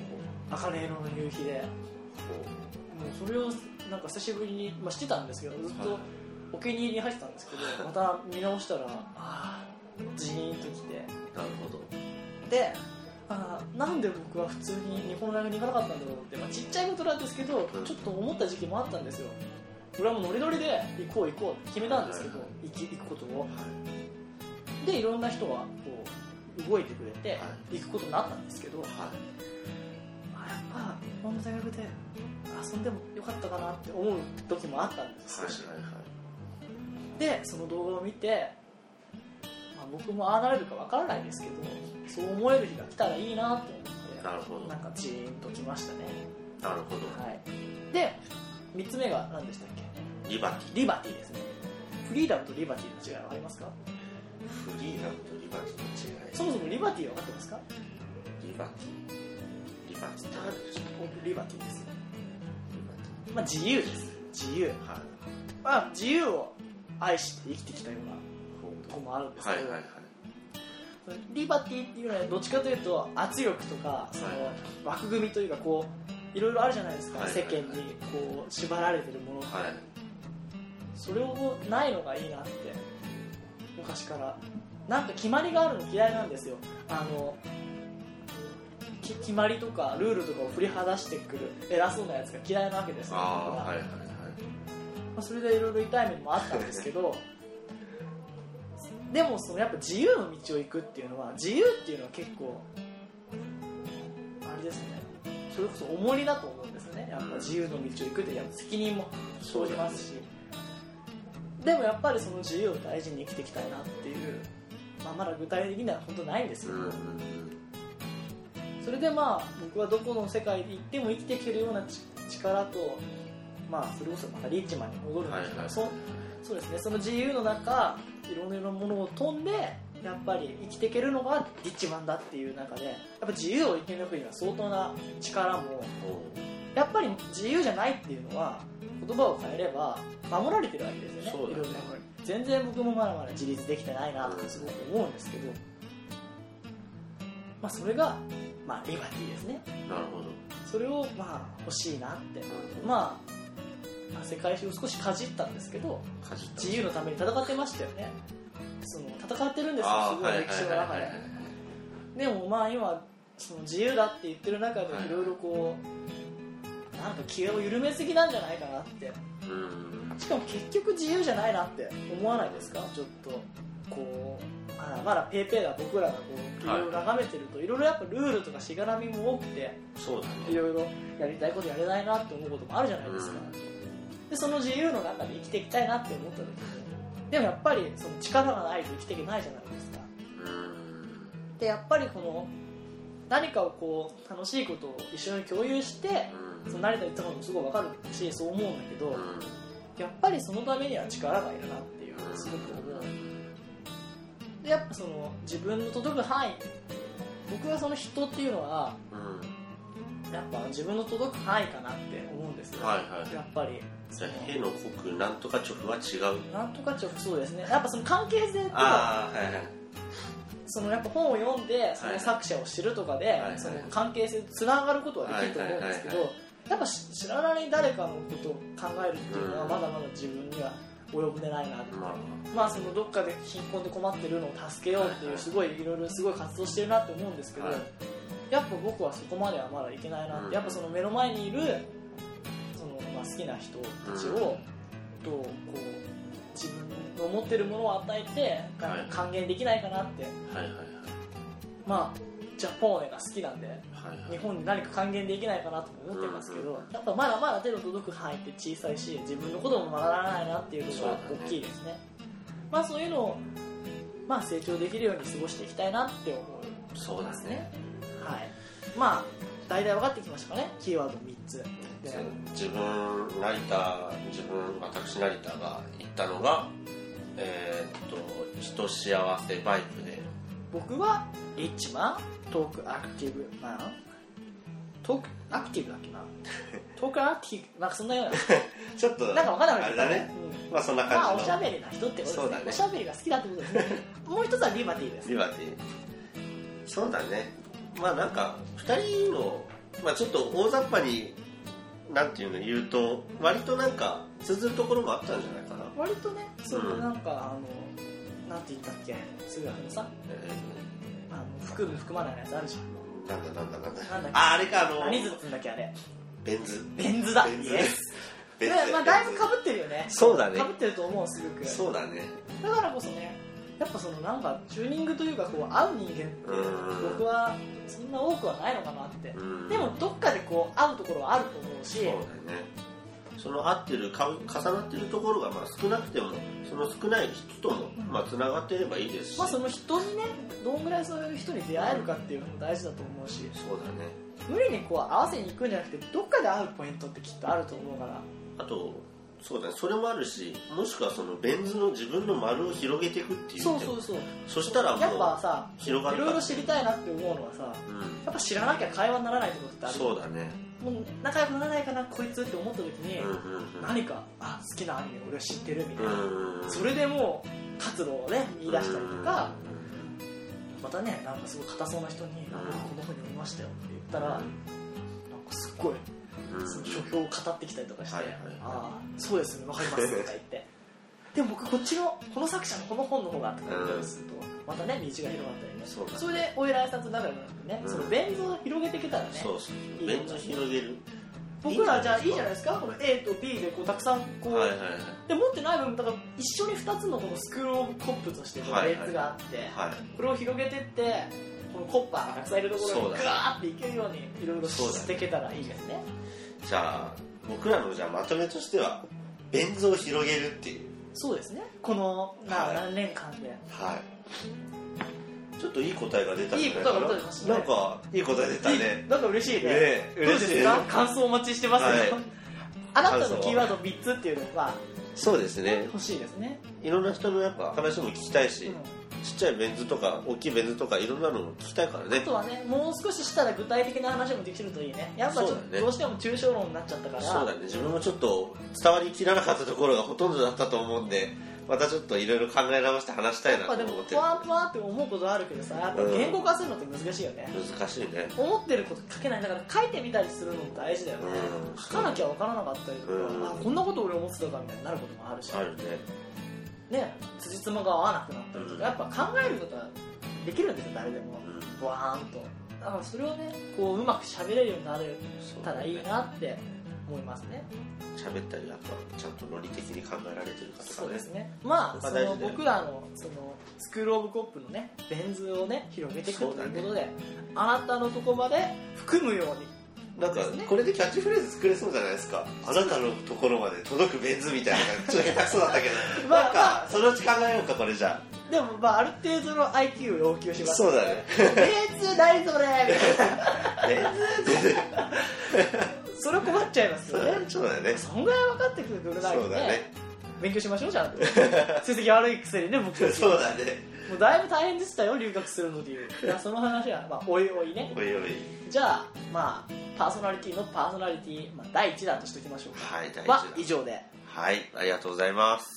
Speaker 2: 茜色の夕日でもうそれをなんか久しぶりに、まあ、してたんですけどずっ
Speaker 1: ほう
Speaker 2: とお気に入りに入ってたんですけどまた見直したらあージーンときて
Speaker 1: なるほど
Speaker 2: であーなんで僕は普通に日本の大学に行かなかったんだろうって、まあ、ちっちゃいことなんですけど
Speaker 1: うん
Speaker 2: ちょっと思った時期もあったんですよ俺はもうノリノリで行こう行こうって決めたんですけど
Speaker 1: はい
Speaker 2: 行き行くことを
Speaker 1: はい
Speaker 2: でいろんな人がこう動いてくれて
Speaker 1: は
Speaker 2: 行くことになったんですけど、
Speaker 1: はい
Speaker 2: あやっぱ日本の大学で遊んでもよかったかなって思う時もあったんです
Speaker 1: は
Speaker 2: よ、
Speaker 1: いはいはい
Speaker 2: でその動画を見て、まあ、僕もああなれるかわからないですけどそう思える日が来たらいいなと思って
Speaker 1: なるほど
Speaker 2: なんかジーンときましたね、
Speaker 1: なるほど
Speaker 2: はい、で3つ目が何でしたっけ
Speaker 1: リバテ
Speaker 2: リバティですねフリーダムとリバティの違いはありますか
Speaker 1: ィフリーダムとリバティの違い
Speaker 2: そもそもリバティは分かってますか
Speaker 1: リバティリバティって何でしょう
Speaker 2: リバティで
Speaker 1: リ
Speaker 2: す、
Speaker 1: バテ
Speaker 2: まあ、自由です自由、
Speaker 1: ィはい
Speaker 2: まあ、自由を愛して生きてきたようなとこもあるんですけ
Speaker 1: は
Speaker 2: ど、
Speaker 1: いはいはい
Speaker 2: リバティっていうのはどっちかというと圧力とかその
Speaker 1: はい
Speaker 2: 枠組みというかこういろいろあるじゃないですか、
Speaker 1: はい
Speaker 2: 世間にこう縛られてるものって、
Speaker 1: はい
Speaker 2: それをないのがいいなって昔からなんか決まりがあるの嫌いなんですよあのき決まりとかルールとかを振りはだしてくる偉そうなやつが嫌いなわけですよ僕
Speaker 1: ああ
Speaker 2: は
Speaker 1: はいはいはい
Speaker 2: まあ、それでいろいろ痛い面もあったんですけどでもそのやっぱ自由の道を行くっていうのは自由っていうのは結構あれですねそれこそ重りだと思うんですよねやっぱ自由の道を行くってやっぱ責任も生じますしでもやっぱりその自由を大事に生きていきたいなっていう、まあ、まだ具体的には本当ないんです
Speaker 1: う
Speaker 2: よ、
Speaker 1: んうんうん
Speaker 2: それでまあ僕はどこの世界で行っても生きていけるようなち力とまあそれこそまたリッチマンに戻るんですけ
Speaker 1: は
Speaker 2: ど、
Speaker 1: いはい
Speaker 2: そそうですねその自由の中いろんなものを飛んでやっぱり生きていけるのがリッチマンだっていう中でやっぱ自由を生き抜くには相当な力も
Speaker 1: ほ
Speaker 2: やっぱり自由じゃないっていうのは言葉を変えれば守られてるわけですよね
Speaker 1: そうだね
Speaker 2: いろんなものに全然僕もまだまだ自立できてないなとすごく思うんですけど、まあ、それが、まあ、リバティですね
Speaker 1: うなるほど
Speaker 2: それをまあ欲しいなって
Speaker 1: あ
Speaker 2: まあまあ世界中を少しかじったんですけど
Speaker 1: かじった
Speaker 2: 自由のために戦ってましたよねその戦ってるんですよ
Speaker 1: あ
Speaker 2: す
Speaker 1: ー
Speaker 2: ご
Speaker 1: はいいはい
Speaker 2: 歴史の
Speaker 1: はい
Speaker 2: 中
Speaker 1: はい
Speaker 2: で
Speaker 1: はい
Speaker 2: でもまあ今その自由だって言ってる中で
Speaker 1: はい
Speaker 2: いろいろこうなんか気を緩めすぎなんじゃないかなって
Speaker 1: うん
Speaker 2: しかも結局自由じゃないなって思わないですかちょっとこうまだまだペーペーだ僕らがこういろいろ眺めてるといろいろやっぱルールとかしがらみも多くて
Speaker 1: そうだ
Speaker 2: い
Speaker 1: ね
Speaker 2: ろいろやりたいことやれないなって思うこともあるじゃないですか、でその自由の中で生きていきたいなって思った時にでもやっぱりその力がないと生きていけないじゃないですか
Speaker 1: うん
Speaker 2: でやっぱりこの何かをこう楽しいことを一緒に共有して
Speaker 1: うん
Speaker 2: その成田言ったこともすごいわかるしそう思うんだけど、
Speaker 1: うん
Speaker 2: やっぱりそのためには力がいるなっていうのをすごく思うでやっぱその自分の届く範囲僕はその人っていうのは
Speaker 1: うん
Speaker 2: やっぱ自分の届く範囲かなって思うんですよ、
Speaker 1: はいはい
Speaker 2: やっぱり
Speaker 1: じゃあ「へ」の「国なんとか直は違う
Speaker 2: なんとかちょそうですねやっぱその関係性と
Speaker 1: ああはいはい
Speaker 2: そのやっぱ本を読んでその作者を知るとかで、
Speaker 1: いはい
Speaker 2: その関係性とつながることはできると思うんですけど、
Speaker 1: はいは
Speaker 2: やっぱし知らない誰かのことを考えるっていうのは
Speaker 1: うん
Speaker 2: まだまだ自分には及んでないなって、
Speaker 1: まあ
Speaker 2: まあそのどっかで貧困で困ってるのを助けようって
Speaker 1: はい
Speaker 2: い
Speaker 1: は
Speaker 2: う
Speaker 1: い
Speaker 2: すごいいろいろすごい活動してるなって思うんですけど、
Speaker 1: はい
Speaker 2: やっぱ僕はそこまではまだいけないなって、
Speaker 1: うん
Speaker 2: やっぱその目の前にいるその、まあ、好きな人たちを、
Speaker 1: うん
Speaker 2: どうこう自分の持ってるものを与えてなんか還元できないかなって、
Speaker 1: はいはいはい
Speaker 2: まあジャポーネが好きなんで
Speaker 1: はいはい
Speaker 2: 日本に何か還元できないかなとも思ってますけど、
Speaker 1: うん
Speaker 2: やっぱまだまだ手の届く範囲って小さいし自分のことも学ばないなっていうの
Speaker 1: そう
Speaker 2: が
Speaker 1: だね
Speaker 2: 大きいですねまあそういうのを、ままあ、成長できるように過ごしていきたいなって思
Speaker 1: そうですね
Speaker 2: う、はい、まあ大体分かってきましたかねキーワード3つで
Speaker 1: そう自分成田自分私成田が言ったのがえーっと人幸せバイクで
Speaker 2: 僕はリッチマントークアクティブマントークアクティブだっ けなトークアクティブなんかそんなよう
Speaker 1: ちょっと
Speaker 2: ななんか分からな
Speaker 1: あ
Speaker 2: い
Speaker 1: れだね、まあそんな
Speaker 2: うんまあ
Speaker 1: 感
Speaker 2: お
Speaker 1: じ
Speaker 2: し
Speaker 1: の、
Speaker 2: ゃべりな人ってことです
Speaker 1: そう
Speaker 2: ね
Speaker 1: だね
Speaker 2: おしゃべりが好きだってことですねもう一つはリバティです
Speaker 1: リバティそうだねまあなんか2人の、まあ、ちょっと大雑把になんていうの言うと割となんか通ずるところもあったんじゃないかな、
Speaker 2: 割とねその
Speaker 1: うん
Speaker 2: なんか、あのなんて言ったっけすぐあのさ
Speaker 1: え
Speaker 2: あの含む含まないのやつあるじゃ
Speaker 1: ーなんだなんだなんだ
Speaker 2: んなんだっけ
Speaker 1: ああれかあの
Speaker 2: 何ずつんだっけあれ
Speaker 1: ベンズ
Speaker 2: ベンズだ
Speaker 1: ベンズ
Speaker 2: イエス
Speaker 1: ベン
Speaker 2: で
Speaker 1: ズ
Speaker 2: まあ、だいぶかぶってるよね
Speaker 1: そうだね
Speaker 2: かぶってると思うすごく
Speaker 1: そうだね
Speaker 2: だからこそねやっぱそのなんかチューニングというかこう合う人間って
Speaker 1: うん
Speaker 2: 僕はそんな多くはないのかなって
Speaker 1: うん
Speaker 2: でもどっかでこう合うところはあると思うし
Speaker 1: そうだねその合ってるか重なってるところがまあ少なくてもその少ない人とも
Speaker 2: うん
Speaker 1: まあつながってればいいですし、
Speaker 2: まあそ
Speaker 1: そう
Speaker 2: の人にねどんぐらいそういう人に出会えるかっていうのも大事だと思うし
Speaker 1: だね
Speaker 2: 無理にこう合わせに行くんじゃなくてどっかで会うポイントってきっとあると思うから
Speaker 1: あとそうだねそれもあるしもしくはそのベン図の自分の丸を広げていくっていう
Speaker 2: そう
Speaker 1: 手
Speaker 2: そうそう
Speaker 1: そしたらもう
Speaker 2: やっぱさい
Speaker 1: 広がるから
Speaker 2: ろいろ知りたいなって思うのはさ
Speaker 1: うん
Speaker 2: やっぱ知らなきゃ会話にならないってことってある
Speaker 1: そうだね
Speaker 2: もう仲良くならないかなこいつって思った時に、
Speaker 1: うんうん
Speaker 2: 何かあ好きなアニメ俺は知ってるみたいな、
Speaker 1: うんうん
Speaker 2: それでもう活動をね言い出したりとか、
Speaker 1: うん
Speaker 2: またねなんかすごい硬そうな人に「
Speaker 1: ん
Speaker 2: なんかこの本読みましたよ」って言ったら、なんかすっごい
Speaker 1: うん
Speaker 2: その書評を語ってきたりとかして「
Speaker 1: はいはいはい
Speaker 2: ああそうですねわかります」とか 言って「でも僕こっちのこの作者のこの本の方が」とか言ったりすると、またね道が広がったりね
Speaker 1: そうだね
Speaker 2: れでお偉いさんと仲良くなってね、
Speaker 1: うん
Speaker 2: その便座を広げていけたらね
Speaker 1: そうそうベン図広げる
Speaker 2: 僕らじゃあい
Speaker 1: い
Speaker 2: い
Speaker 1: い
Speaker 2: じ
Speaker 1: じ
Speaker 2: ゃ
Speaker 1: ゃ
Speaker 2: な
Speaker 1: ないいで
Speaker 2: で
Speaker 1: す
Speaker 2: かこの A と B でこうたくさんこう、
Speaker 1: はいはいはい
Speaker 2: で持ってない分だから一緒に2つのこのスクール・オブ・コップとしてこう
Speaker 1: はい
Speaker 2: レ
Speaker 1: はい
Speaker 2: ーツがあって、
Speaker 1: はい
Speaker 2: これを広げてってこのコッパーがたくさんいるところ
Speaker 1: そ
Speaker 2: に
Speaker 1: うだ
Speaker 2: ガ
Speaker 1: ね
Speaker 2: ーっていけるようにいろいろしていけたらいいですね
Speaker 1: じゃあ僕らのじゃあまとめとしてはベン図を広げるっていう
Speaker 2: そうですねこの、まあ、
Speaker 1: はい
Speaker 2: 何年間で、
Speaker 1: はいちょっといい答えが出たんじゃない
Speaker 2: いい
Speaker 1: か
Speaker 2: 答えが
Speaker 1: な
Speaker 2: 出てましたね
Speaker 1: なんかいい答え出たね
Speaker 2: いいなんか嬉しいね
Speaker 1: ね
Speaker 2: どうで
Speaker 1: 嬉しい
Speaker 2: すか感想お待ちしてますよ、
Speaker 1: はい
Speaker 2: あなたのキーワード3つっていうのが
Speaker 1: そうですね
Speaker 2: 欲しいですね、
Speaker 1: いろんな人のやっぱ話も聞きたいし、
Speaker 2: うん
Speaker 1: ちっちゃいベン図とか大きいベン図とかいろんなのも聞きたいから
Speaker 2: あ
Speaker 1: ね
Speaker 2: とはねもう少ししたら具体的な話もできるといいねやっぱちょっ
Speaker 1: そうだ
Speaker 2: と
Speaker 1: ね
Speaker 2: どうしても抽象論になっちゃったから
Speaker 1: そうだね自分もちょっと伝わりきらなかったところがほとんどだったと思うんでまたちょっといろいろ考え直して話したい
Speaker 2: や
Speaker 1: な
Speaker 2: っ
Speaker 1: と
Speaker 2: ぱで
Speaker 1: 思
Speaker 2: も
Speaker 1: って
Speaker 2: ふわふわって思うことあるけどさやっぱ言語化するのって難しいよね、
Speaker 1: 難しいね
Speaker 2: 思ってること書けないだから書いてみたりするのも大事だよね、
Speaker 1: うん
Speaker 2: 書かなきゃ分からなかったりとか、
Speaker 1: うん
Speaker 2: あこんなこと俺思ってたかみたいになることもあるし、
Speaker 1: あるね
Speaker 2: ね辻褄が合わなくなったりと
Speaker 1: うん
Speaker 2: かやっぱ考えることはできるんですよ誰でも
Speaker 1: うん
Speaker 2: ボワーンとだからそれをねこううまく喋れるようになれ
Speaker 1: そう
Speaker 2: た
Speaker 1: だ
Speaker 2: ら
Speaker 1: ね
Speaker 2: いいなって思いますね
Speaker 1: 喋ったりやっぱちゃんと論理的に考えられてる方
Speaker 2: そう
Speaker 1: がね
Speaker 2: ですねまあ
Speaker 1: ま
Speaker 2: そ
Speaker 1: あ大
Speaker 2: の
Speaker 1: 事だよ
Speaker 2: 僕らのそのスクール・オブ・コップのねベン図をね広げていくということ
Speaker 1: そう
Speaker 2: で、あなたのとこまで含むように
Speaker 1: なんか
Speaker 2: ですね
Speaker 1: これでキャッチフレーズ作れそうじゃないですかあなたのところまで届くベン図みたいな感じちょっと下手くそだったけど
Speaker 2: まあ
Speaker 1: なん
Speaker 2: ま
Speaker 1: かそのうち考えようかこれじゃ
Speaker 2: でも、まあ、ある程度の IQ を要求します
Speaker 1: そうだね
Speaker 2: ベンツ何それみたいな
Speaker 1: あベン
Speaker 2: それ困っちゃいます
Speaker 1: 図
Speaker 2: よね
Speaker 1: そうだよね
Speaker 2: そんぐらい分かってくれない
Speaker 1: そ
Speaker 2: と
Speaker 1: う
Speaker 2: ね
Speaker 1: だね
Speaker 2: 勉強しましょうじゃん と成績悪いくせにね僕たち
Speaker 1: そうだね
Speaker 2: もうだいぶ大変でしたよ留学するのでいやその話は、まあ、おいおいね
Speaker 1: おいおい
Speaker 2: じゃあまあパーソナリティのパーソナリティ、まあ、第1弾としておきましょうか
Speaker 1: はい大事
Speaker 2: は
Speaker 1: だ
Speaker 2: 以上で
Speaker 1: はいありがとうございます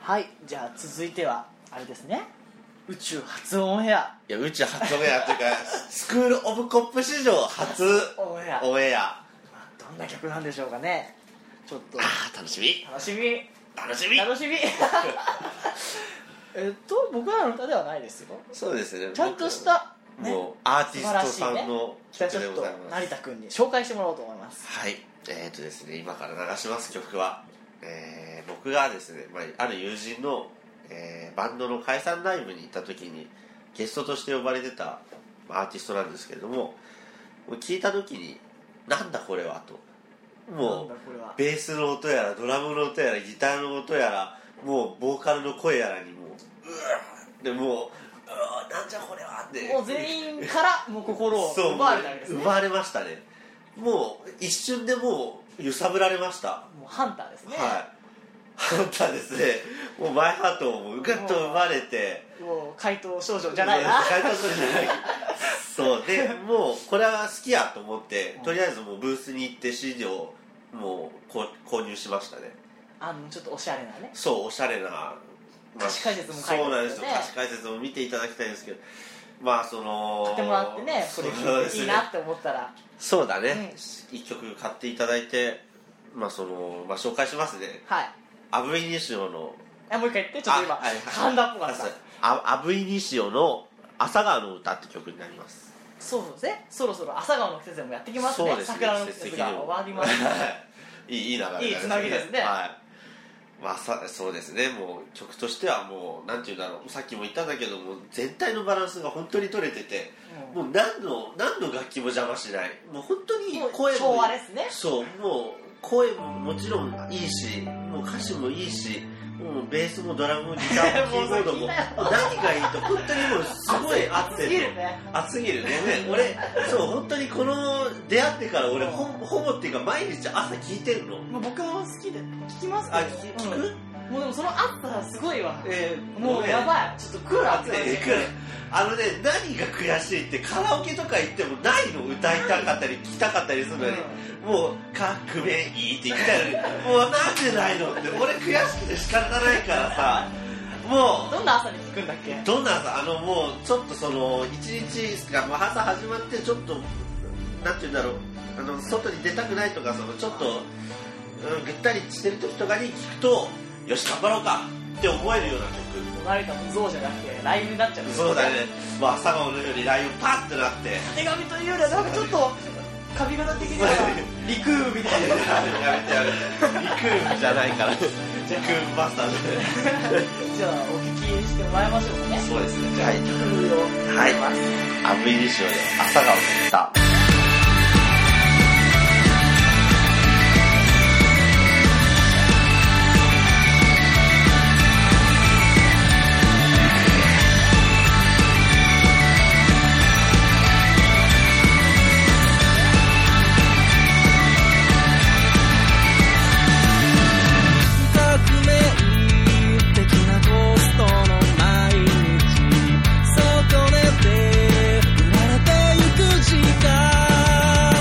Speaker 2: はいじゃあ続いてはあれですね宇宙初オンエア
Speaker 1: いやうち初オンエアというか スクール・オブ・コップ史上初
Speaker 2: オンエア
Speaker 1: オンエア
Speaker 2: どんな曲なんでしょうかねち ょっと
Speaker 1: あー楽しみ
Speaker 2: 楽しみ
Speaker 1: 楽しみ
Speaker 2: 楽しみえっと僕らの歌ではないですよ
Speaker 1: そうですね
Speaker 2: ちゃんとした、ね、
Speaker 1: もうアーティストさんの
Speaker 2: じゃ
Speaker 1: 曲
Speaker 2: あち
Speaker 1: で
Speaker 2: ょっ
Speaker 1: ご
Speaker 2: と
Speaker 1: ざいます
Speaker 2: 成田君に紹介してもらおうと思います
Speaker 1: はい、えー、とですね、今から流します曲は、えー僕がですね、まあ、ある友人の、えーバンドの解散ライブに行った時にゲストとして呼ばれてたまあアーティストなんですけれども、もう聞いた時になんだこれはとも
Speaker 2: なん
Speaker 1: う
Speaker 2: だこれは
Speaker 1: ベースの音やらドラムの音やらギターの音やらもうボーカルの声やらにもううわーでもううわーなんじゃこれはって
Speaker 2: もう全員からもう心を
Speaker 1: そう
Speaker 2: 奪われたわけですね
Speaker 1: 奪われましたねもう一瞬でもう揺さぶられました
Speaker 2: もうハンターですね、
Speaker 1: はいハンターですねもうマイハートをもうぐっと奪われて
Speaker 2: もう怪盗少女じゃないな
Speaker 1: 怪盗少女じゃないそうでもうこれは好きやと思ってとりあえずもうブースに行って CD をもうこ購入しましたね
Speaker 2: あのちょっとおしゃれなね
Speaker 1: そうおしゃれな、まあ
Speaker 2: 歌詞解説も書いてある
Speaker 1: そ
Speaker 2: ん
Speaker 1: うなん
Speaker 2: で
Speaker 1: ですす
Speaker 2: よ
Speaker 1: よ
Speaker 2: ね
Speaker 1: 歌詞解説も見ていただきたいんですけどまあその
Speaker 2: 買ってもらってねこれ
Speaker 1: そうですね
Speaker 2: いいなって思ったら
Speaker 1: そうだ
Speaker 2: ね
Speaker 1: ね、一曲買っていただいてまあその、まあ、紹介しますね
Speaker 2: はい
Speaker 1: アブイニシオの
Speaker 2: あもう一回言ってちょっと今
Speaker 1: あはいはい
Speaker 2: 噛んだっぽかった
Speaker 1: あアブイニシオの「朝顔の歌」って曲になります
Speaker 2: そうですねそろそろ朝顔の季節もやってきますね
Speaker 1: そうですね
Speaker 2: 桜の季節が終わります
Speaker 1: はいいいいい流れだね
Speaker 2: いいつなぎですね
Speaker 1: はいまあ、さそうですねもう曲としてはもうなんていうんだろうさっきも言ったんだけども全体のバランスが本当に取れてて
Speaker 2: も
Speaker 1: もう何の何の楽器も邪魔しないもう本当
Speaker 2: う
Speaker 1: に
Speaker 2: もう
Speaker 1: 声
Speaker 2: 昭
Speaker 1: も
Speaker 2: 和ですね
Speaker 1: そうもう声ももちろんいいしもう歌詞もいい しもうベースもドラムもギターも
Speaker 2: も
Speaker 1: キ
Speaker 2: う
Speaker 1: ー
Speaker 2: そ
Speaker 1: ボ
Speaker 2: れ
Speaker 1: ードもも
Speaker 2: 聞
Speaker 1: う
Speaker 2: い
Speaker 1: 何
Speaker 2: たよ
Speaker 1: がいいと本当にもうすごい合って
Speaker 2: す
Speaker 1: る
Speaker 2: ぎるね
Speaker 1: 熱すぎるね俺そう本当にこの出会ってから俺ほほぼっていうか毎日朝聞いてるの
Speaker 2: もう僕も好きで聞きます
Speaker 1: あ
Speaker 2: け
Speaker 1: 聞聞
Speaker 2: どうん
Speaker 1: く、
Speaker 2: もうでもそのあったらすごいわ
Speaker 1: えー
Speaker 2: もうや
Speaker 1: い
Speaker 2: ばいちょっとクーラー
Speaker 1: 暑
Speaker 2: つ
Speaker 1: い
Speaker 2: け
Speaker 1: ね
Speaker 2: て
Speaker 1: 来るあのね何が悔しいってカラオケとか行ってもないの歌いたかったり聴きたかったりするのに、もう「革命いい」って言ったのに「もうなんでないの?」って俺悔しくて仕方ないからさも
Speaker 2: うんどんな朝に聞くんだっけ
Speaker 1: うどんなさあのもうちょっとその一日がもう朝始まってちょっとなんて言うんだろうあの外に出たくないとかそのちょっと、うん、ぐったりしてる時とかに聞くとよし頑張ろうかって思えるような曲
Speaker 2: 隣かも象じゃなくてライブになっちゃう
Speaker 1: そうだね、まあ、朝顔のようにラインパッてなって
Speaker 2: 手紙というよりはなんかちょっと髪型的には陸部みたいな
Speaker 1: やめてやめてリクールじゃないからリクールバスターじゃない
Speaker 2: じゃあお聞きしてもらいましょうかね
Speaker 1: そうですね。はい。
Speaker 2: 曲を
Speaker 1: はい。アブイリシオで朝顔を切った。
Speaker 3: 革命的なゴーストの毎日そこで生まれてゆく時間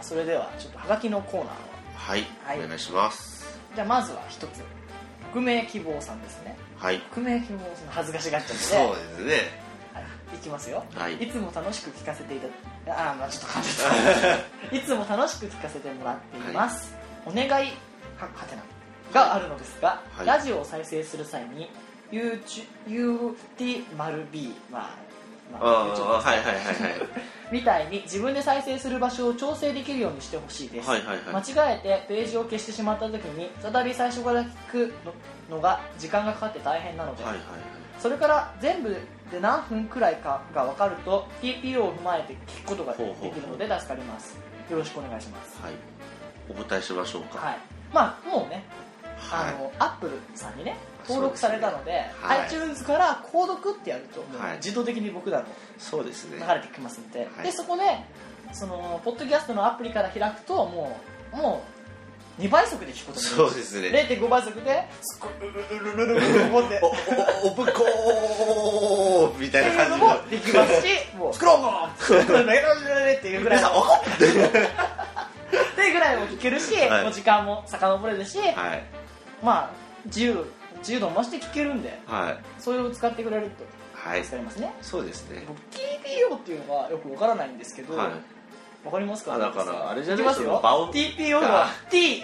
Speaker 2: それではちょっとはがきのコーナーを
Speaker 1: はい、
Speaker 2: はい
Speaker 1: お願いします
Speaker 2: じゃあまずは一つ匿名希望さんですね
Speaker 1: はい
Speaker 2: 匿名希望さん恥ずかしがっちゃって
Speaker 1: そうですね
Speaker 2: はい、いきますよ
Speaker 1: はい
Speaker 2: いつも楽しく聞かせていただ あーまあちょっと感じたいつも楽しく聞かせてもらっています、お願いははてながあるのですが、
Speaker 1: はい
Speaker 2: ラジオを再生する際に UT○B まあ、ま
Speaker 1: ああはいはいはい
Speaker 2: みたいに自分で再生する場所を調整できるようにしてほしいです、
Speaker 1: はいはいはいはい
Speaker 2: 間違えてページを消してしまった時に再び最初から聞くののが時間がかかって大変なので、
Speaker 1: はいはい
Speaker 2: それから全部で何分くらいかが分かると TPO を踏まえて聞くことができるので助かりますよろしくお願いします
Speaker 1: はいお答えしましょうか
Speaker 2: はいまあもうね、
Speaker 1: は
Speaker 2: あ
Speaker 1: い
Speaker 2: のアップルさんにね登録されたので
Speaker 1: はい
Speaker 2: iTunes から「購読」ってやるともう
Speaker 1: はい
Speaker 2: 自動的に僕らの
Speaker 1: そうですね
Speaker 2: 流れてきますので,、
Speaker 1: はい
Speaker 2: でそこでそのポッドキャストのアプリから開くともうもう2倍速で聞くことができる
Speaker 1: そうですね
Speaker 2: 0.5倍速ですっごいルルルルルルルルって
Speaker 1: おおおぶこーみた
Speaker 2: って
Speaker 1: い
Speaker 2: いう
Speaker 1: な
Speaker 2: の
Speaker 1: 感
Speaker 2: も
Speaker 1: じ
Speaker 2: できますし、もう、作ろうもう作ろうっていうぐらいの、っていうぐらいも聞けるし、
Speaker 1: はい
Speaker 2: もう時間も遡れるし、
Speaker 1: のはい
Speaker 2: まあ、自由、自由度を増して聞けるんで、
Speaker 1: はい
Speaker 2: それを使ってくれると
Speaker 1: はい
Speaker 2: 助かりますね。
Speaker 1: そうですね
Speaker 2: 僕、TPO っていうのはよくわからないんですけど、わ、
Speaker 1: はい
Speaker 2: かりますか
Speaker 1: あだからあれじゃない
Speaker 2: きますよ
Speaker 1: その場。を
Speaker 2: TPO は
Speaker 1: あ
Speaker 2: T、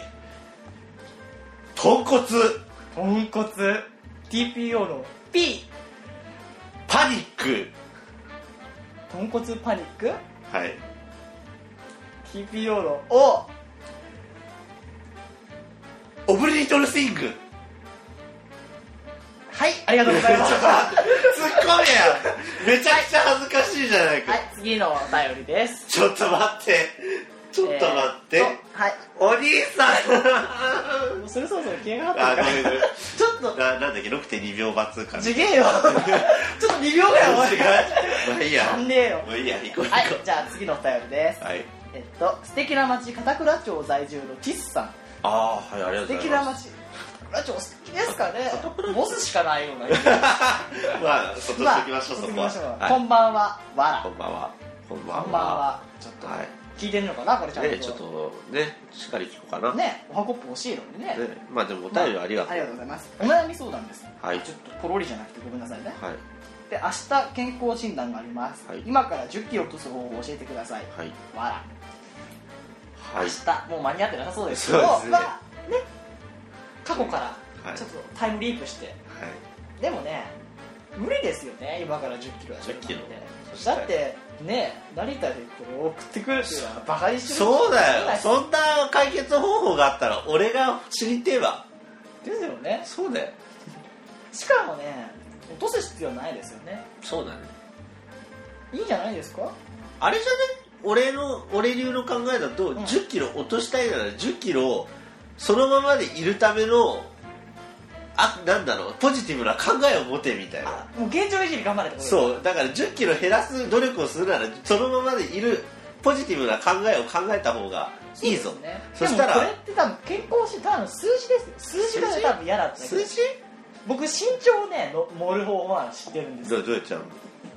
Speaker 1: 豚骨
Speaker 2: ポンコツ。TPO の P、
Speaker 1: パニック
Speaker 2: ポンコツパニック。
Speaker 1: はい
Speaker 2: TPO の O、
Speaker 1: オブリートルシング
Speaker 2: はい、ありがとうございました。
Speaker 1: 突っ込めやめちゃくちゃ恥ずかしいじゃないか、
Speaker 2: はい、次のお便りです。
Speaker 1: ちょっと待ってちょっと待って、
Speaker 2: えーとはい。
Speaker 1: お兄さ
Speaker 2: もうそれそろそろ消えが
Speaker 1: ん あ
Speaker 2: か
Speaker 1: ご
Speaker 2: ったから。
Speaker 1: めんごめん
Speaker 2: ちょっと、
Speaker 1: ななんだっけ6.2秒バツか
Speaker 2: ちげえよ。 ちょっと2秒ぐらい
Speaker 1: 違
Speaker 2: 終
Speaker 1: う
Speaker 2: わ
Speaker 1: まあいいや
Speaker 2: んねえよ。
Speaker 1: もういいや行こう行こ
Speaker 2: はい、じゃあ次のお便りです
Speaker 1: う。はい
Speaker 2: えっと、素敵な町、片倉町在住のティスさん。
Speaker 1: ああはいありが
Speaker 2: 素
Speaker 1: とうご
Speaker 2: 敵
Speaker 1: ざ
Speaker 2: ない
Speaker 1: ます
Speaker 2: 町。片倉町素敵ですかねボスしかないような。
Speaker 1: まあそっとしておきましょうそ
Speaker 2: 続き
Speaker 1: こ
Speaker 2: ましょう
Speaker 1: は。は
Speaker 2: こ
Speaker 1: い
Speaker 2: んばんは、わ
Speaker 1: こんばんはこんばん
Speaker 2: ら。
Speaker 1: は
Speaker 2: こんばんは。ちょっと、
Speaker 1: は
Speaker 2: 聞いてるのかなこれちゃん
Speaker 1: い
Speaker 2: と。
Speaker 1: ねちょっとねしっかり聞こうかなね
Speaker 2: ね、おはこっぽ欲しいのにね。
Speaker 1: まあでもお便りありがとう
Speaker 2: ありがとうございます。お悩み相談です。
Speaker 1: はい
Speaker 2: ちょっとポロリじゃなくてごめんなさいね。
Speaker 1: はい
Speaker 2: で明日健康診断があります、
Speaker 1: はい
Speaker 2: 今から1 0キロ落とす方法を教えてください、
Speaker 1: はい
Speaker 2: わら
Speaker 1: は
Speaker 2: 明
Speaker 1: い
Speaker 2: 日もう間に合ってなさそうですけ
Speaker 1: そ
Speaker 2: ど
Speaker 1: うですね
Speaker 2: まあね過去か
Speaker 1: は
Speaker 2: ら
Speaker 1: い
Speaker 2: ちょっとタイムリープして、
Speaker 1: はい
Speaker 2: でもね無理ですよね今から1 0キロは
Speaker 1: 10キロ
Speaker 2: だってね成田でこれ送ってくるっていうのはバカにしてる
Speaker 1: そうだよ
Speaker 2: そう
Speaker 1: そんな解決方法があったら俺が知りてえわ
Speaker 2: ですよね
Speaker 1: そうだよ
Speaker 2: しかもね落とす必要ないですよね
Speaker 1: そうだね
Speaker 2: いいんじゃないですか
Speaker 1: あれじゃね俺の俺流の考えだと、1
Speaker 2: ん
Speaker 1: 0キロ落としたいなら1 0キロそのままでいるためのあなんだろうポジティブな考えを持てみたいな
Speaker 2: あもう現状維持に頑張れってこと
Speaker 1: そうだから1 0キロ減らす努力をするならそのままでいるポジティブな考えを考えた方がいいぞ
Speaker 2: そうですね
Speaker 1: そしたら
Speaker 2: でもこれって多分健康診断の数字ですよ数字が
Speaker 1: 数字
Speaker 2: 多分嫌だったけど
Speaker 1: 数字
Speaker 2: 僕身長をねの盛る方法なの知ってるんです
Speaker 1: ど
Speaker 2: よ
Speaker 1: うどうやっちゃうの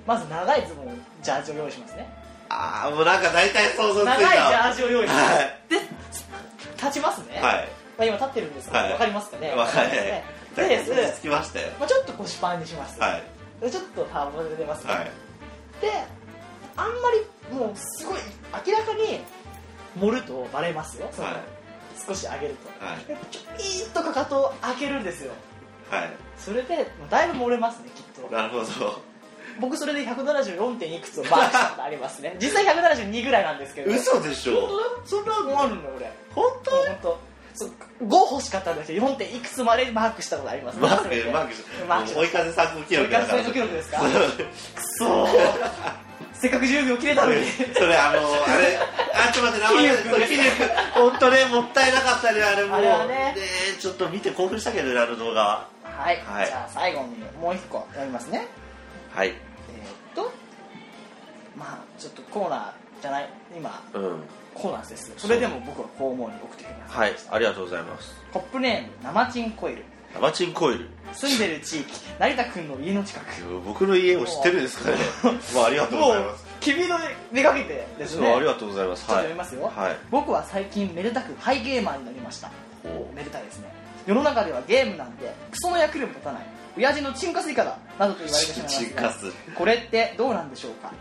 Speaker 2: まず長いズボンをジャージを用意しますね
Speaker 1: ああもうなんか大体想像ついた
Speaker 2: 長いジャージを用意します、
Speaker 1: は
Speaker 2: で立ちますね、
Speaker 1: いはい
Speaker 2: まあ、今立ってるんですけど、
Speaker 1: は
Speaker 2: わ
Speaker 1: い
Speaker 2: 分かりますかね
Speaker 1: わかんない
Speaker 2: ね
Speaker 1: だいぶ
Speaker 2: で
Speaker 1: 落ち着きましたよ
Speaker 2: まあ、ちょっと腰パンにします、
Speaker 1: はい
Speaker 2: でちょっとターボで出ますね、
Speaker 1: はい
Speaker 2: であんまりもうすごい明らかに盛るとバレますよその、
Speaker 1: はい
Speaker 2: 少し上げると、
Speaker 1: はい
Speaker 2: でちょピーッとかかとを開けるんですよ
Speaker 1: はい
Speaker 2: それでだいぶ漏れますねきっと
Speaker 1: なるほ ど
Speaker 2: 僕それで174点いくつをマークしたことありますね実際172ぐらいなんですけど
Speaker 1: 嘘でしょ
Speaker 2: そんなのあるんだ俺
Speaker 1: 本当
Speaker 2: 本当そう5欲しかったんだけど4点いくつまでマークしたことありますね
Speaker 1: マー
Speaker 2: それで
Speaker 1: クマーク
Speaker 2: マーク
Speaker 1: もう追い風参 考記録
Speaker 2: 追加
Speaker 1: だか
Speaker 2: 最
Speaker 1: ら
Speaker 2: 速 記録ですかくそ
Speaker 1: そう
Speaker 2: ーせっかく10秒切れたのに
Speaker 1: それあのあれあちょっと待って名前
Speaker 2: 桐生
Speaker 1: そ う
Speaker 2: 君
Speaker 1: 桐生君本当ねもったいなかったねあれも
Speaker 2: あれはね
Speaker 1: えちょっと見て興奮したけどねあの動画 は
Speaker 2: はい、
Speaker 1: はい
Speaker 2: じゃあ最後にもう1個やりますね
Speaker 1: はい
Speaker 2: えーっとまあちょっとコーナーじゃない今
Speaker 1: うん
Speaker 2: コーナーですよそれでも僕は肛門に送ってきま
Speaker 1: はい
Speaker 2: した、
Speaker 1: ありがとうございます
Speaker 2: コップネーム生チンコイル
Speaker 1: 生チンコイル
Speaker 2: 住んでる地域成田君の家の近く
Speaker 1: 僕の家を知ってるんですかねまあありがとうございます
Speaker 2: 君の目がけてです
Speaker 1: そう
Speaker 2: ね
Speaker 1: ありがとうございます
Speaker 2: ちょっ
Speaker 1: は
Speaker 2: と
Speaker 1: い
Speaker 2: 読みますよ、
Speaker 1: はい
Speaker 2: 僕は最近めでたくハイゲーマーになりました
Speaker 1: ほう
Speaker 2: めでたいですね世の中ではゲームなんてクソの役にも立たない親父のチンカスイカだなどと言われてしまいます
Speaker 1: チ
Speaker 2: が
Speaker 1: ンカス
Speaker 2: これってどうなんでしょうか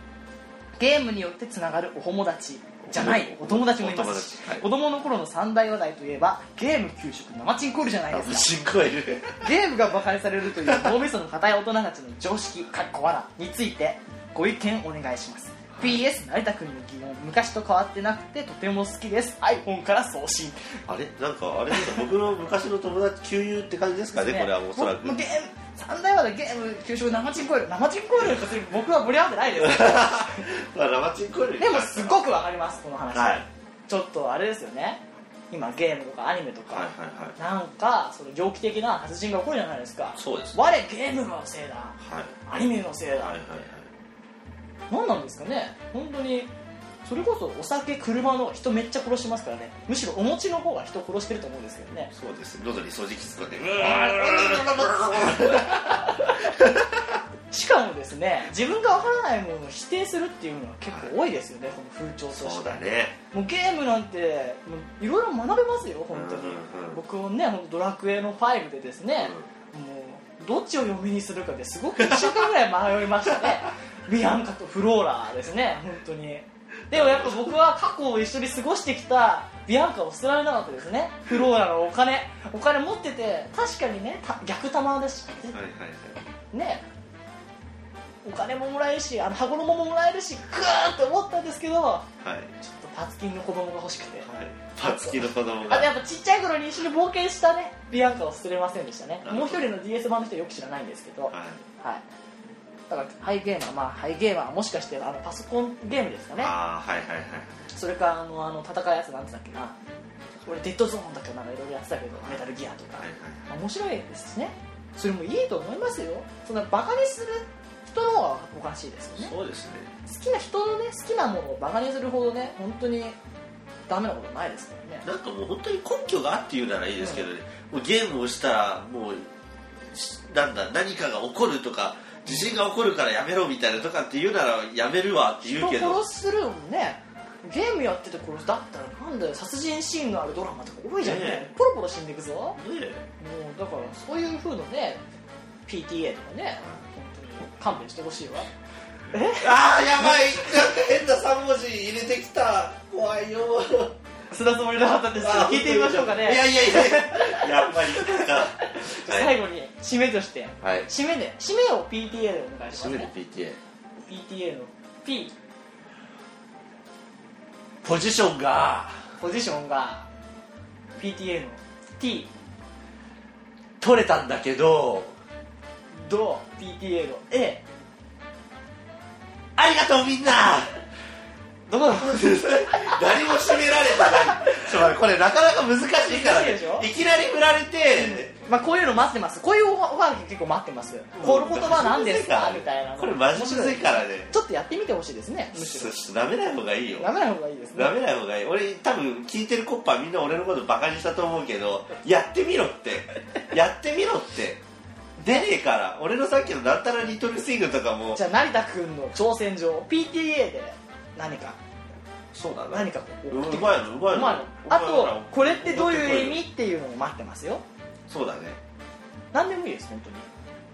Speaker 2: ゲームによってつながるお友達じゃないお友達もいますし
Speaker 1: お友達はい
Speaker 2: 子供の頃の三大話題といえばゲーム給食生チンコールじゃないですか
Speaker 1: チンコがい る
Speaker 2: ゲームが馬鹿にされるという脳みその硬い大人たちの常識かっこわらについてご意見お願いします PS 成田君の疑問昔と変わってなくてとても好きです iPhone から送信
Speaker 1: あれなんかあれですか僕の昔の友達旧友って感じですかねこれはおそらく
Speaker 2: もうゲーム三大話でゲーム給食生チンコイル生チンコイルって別に僕は盛り合わってないです
Speaker 1: まあ生チンコより
Speaker 2: でもすごくわかりますこの話、
Speaker 1: はい
Speaker 2: ちょっとあれですよね今ゲームとかアニメとか、
Speaker 1: はいはいはい
Speaker 2: なんかその猟奇的な殺人が起こるじゃないですか
Speaker 1: そうですね
Speaker 2: 我ゲームのせいだ
Speaker 1: はい
Speaker 2: アニメのせいだ、
Speaker 1: はいはいはい
Speaker 2: 何なんですかね本当にそれこそお酒車の人めっちゃ殺しますからねむしろお餅の方が人殺してると思うんですけどね
Speaker 1: そうです喉に掃除機つかんでう
Speaker 2: しかもですね自分がわからないものを否定するっていうのは結構多いですよね、この風潮として
Speaker 1: そうだね
Speaker 2: もうゲームなんてもういろいろ学べますよ本当に、
Speaker 1: うんうんうん
Speaker 2: 僕もねほんとドラクエの5でですね、もうどっちを嫁にするかですごく1週間ぐらい迷いましたね ビアンカとフローラですね本当にでもやっぱ僕は過去を一緒に過ごしてきたビアンカを捨てられなかったですねフローラのお金お金持ってて確かにねた逆玉だし
Speaker 1: はいはい
Speaker 2: ねお金ももらえるしあの羽衣ももらえるしグーって思ったんですけどちょ
Speaker 1: はいはい
Speaker 2: っとパツキンの子供が欲しくて
Speaker 1: はいパツキの子供
Speaker 2: あと
Speaker 1: が
Speaker 2: やっぱちっちゃい頃に一緒に冒険したねビアンカを捨てれませんでしたね
Speaker 1: なる
Speaker 2: もう
Speaker 1: ほ
Speaker 2: 一
Speaker 1: ど
Speaker 2: 人の DS 版の人はよく知らないんですけど、
Speaker 1: はい
Speaker 2: はい、だからハイゲーマー、まあ、ハイゲーマーはもしかしてあのパソコンゲームですかね
Speaker 1: ああはいはいはい
Speaker 2: それからあのあの戦うやつなんつったっけな俺デッドゾーンだけどなんかいろいろやってたけどメタルギアとか、
Speaker 1: はいはい
Speaker 2: まあ面白いですしねそれもいいと思いますよそんなバカにする人の方がおかしいですよね
Speaker 1: そうですね
Speaker 2: 好きな人のね好きなものをバカにするほどね本当にダメなことないですからね
Speaker 1: なんかもう本当に根拠があって言うならいいですけどね、もうゲームをしたらもうしなんだ何かが起こるとか地震が起こるからやめろみたいなとかって言うならやめるわって言
Speaker 2: 人
Speaker 1: うけど
Speaker 2: 殺するもんねゲームやってて殺すだったらなんだよ殺人シーンのあるドラマとか多いじゃんね
Speaker 1: ね
Speaker 2: ポロポロ死んでいくぞ
Speaker 1: ね
Speaker 2: もうだからそういう風のね PTA とかね本当に勘弁してほしいわ
Speaker 1: ああやばいなんか変な3文字入れてきた怖いよ
Speaker 2: すだつもりなかったんですけど聞いてみましょうかね
Speaker 1: いやいやいややっぱりはい、
Speaker 2: 最後に締めとして
Speaker 1: はい、
Speaker 2: 締めで締めを PTA でお願いします、
Speaker 1: 締める
Speaker 2: ね、
Speaker 1: PTA
Speaker 2: PTA の P
Speaker 1: ポジションが
Speaker 2: ポジションが PTA の T
Speaker 1: 取れたんだけど
Speaker 2: ド PTA の A
Speaker 1: ありがとうみんな
Speaker 2: どこだ
Speaker 1: 何も締められてないちょっと待ってこれなかなか難しいから、
Speaker 2: 難しいで
Speaker 1: ね
Speaker 2: しょ、
Speaker 1: いきなり振られて、
Speaker 2: まあこういうの待ってますこういうオファー結構待ってますこの言葉なんですかみたいなの
Speaker 1: これマジむずいからね
Speaker 2: ちょっとやってみてほしいですねむし
Speaker 1: ち
Speaker 2: ろ
Speaker 1: ょっと舐めない方がいいよ
Speaker 2: ダメな方がいいですね
Speaker 1: 舐めない方がいい俺多分聞いてるコッパーみんな俺のことバカにしたと思うけどやってみろってやってみろって出ねえから俺のさっきのなんたらリトルスイングとかも
Speaker 2: じゃあ成田君の挑戦状 PTA で何か
Speaker 1: そうだ
Speaker 2: 何か
Speaker 1: うう
Speaker 2: こう
Speaker 1: まいのうまいのうまい
Speaker 2: まあ
Speaker 1: の
Speaker 2: あとこれってどういう意味っていうのを待ってますよ
Speaker 1: そうだね
Speaker 2: 何でもいいです本当に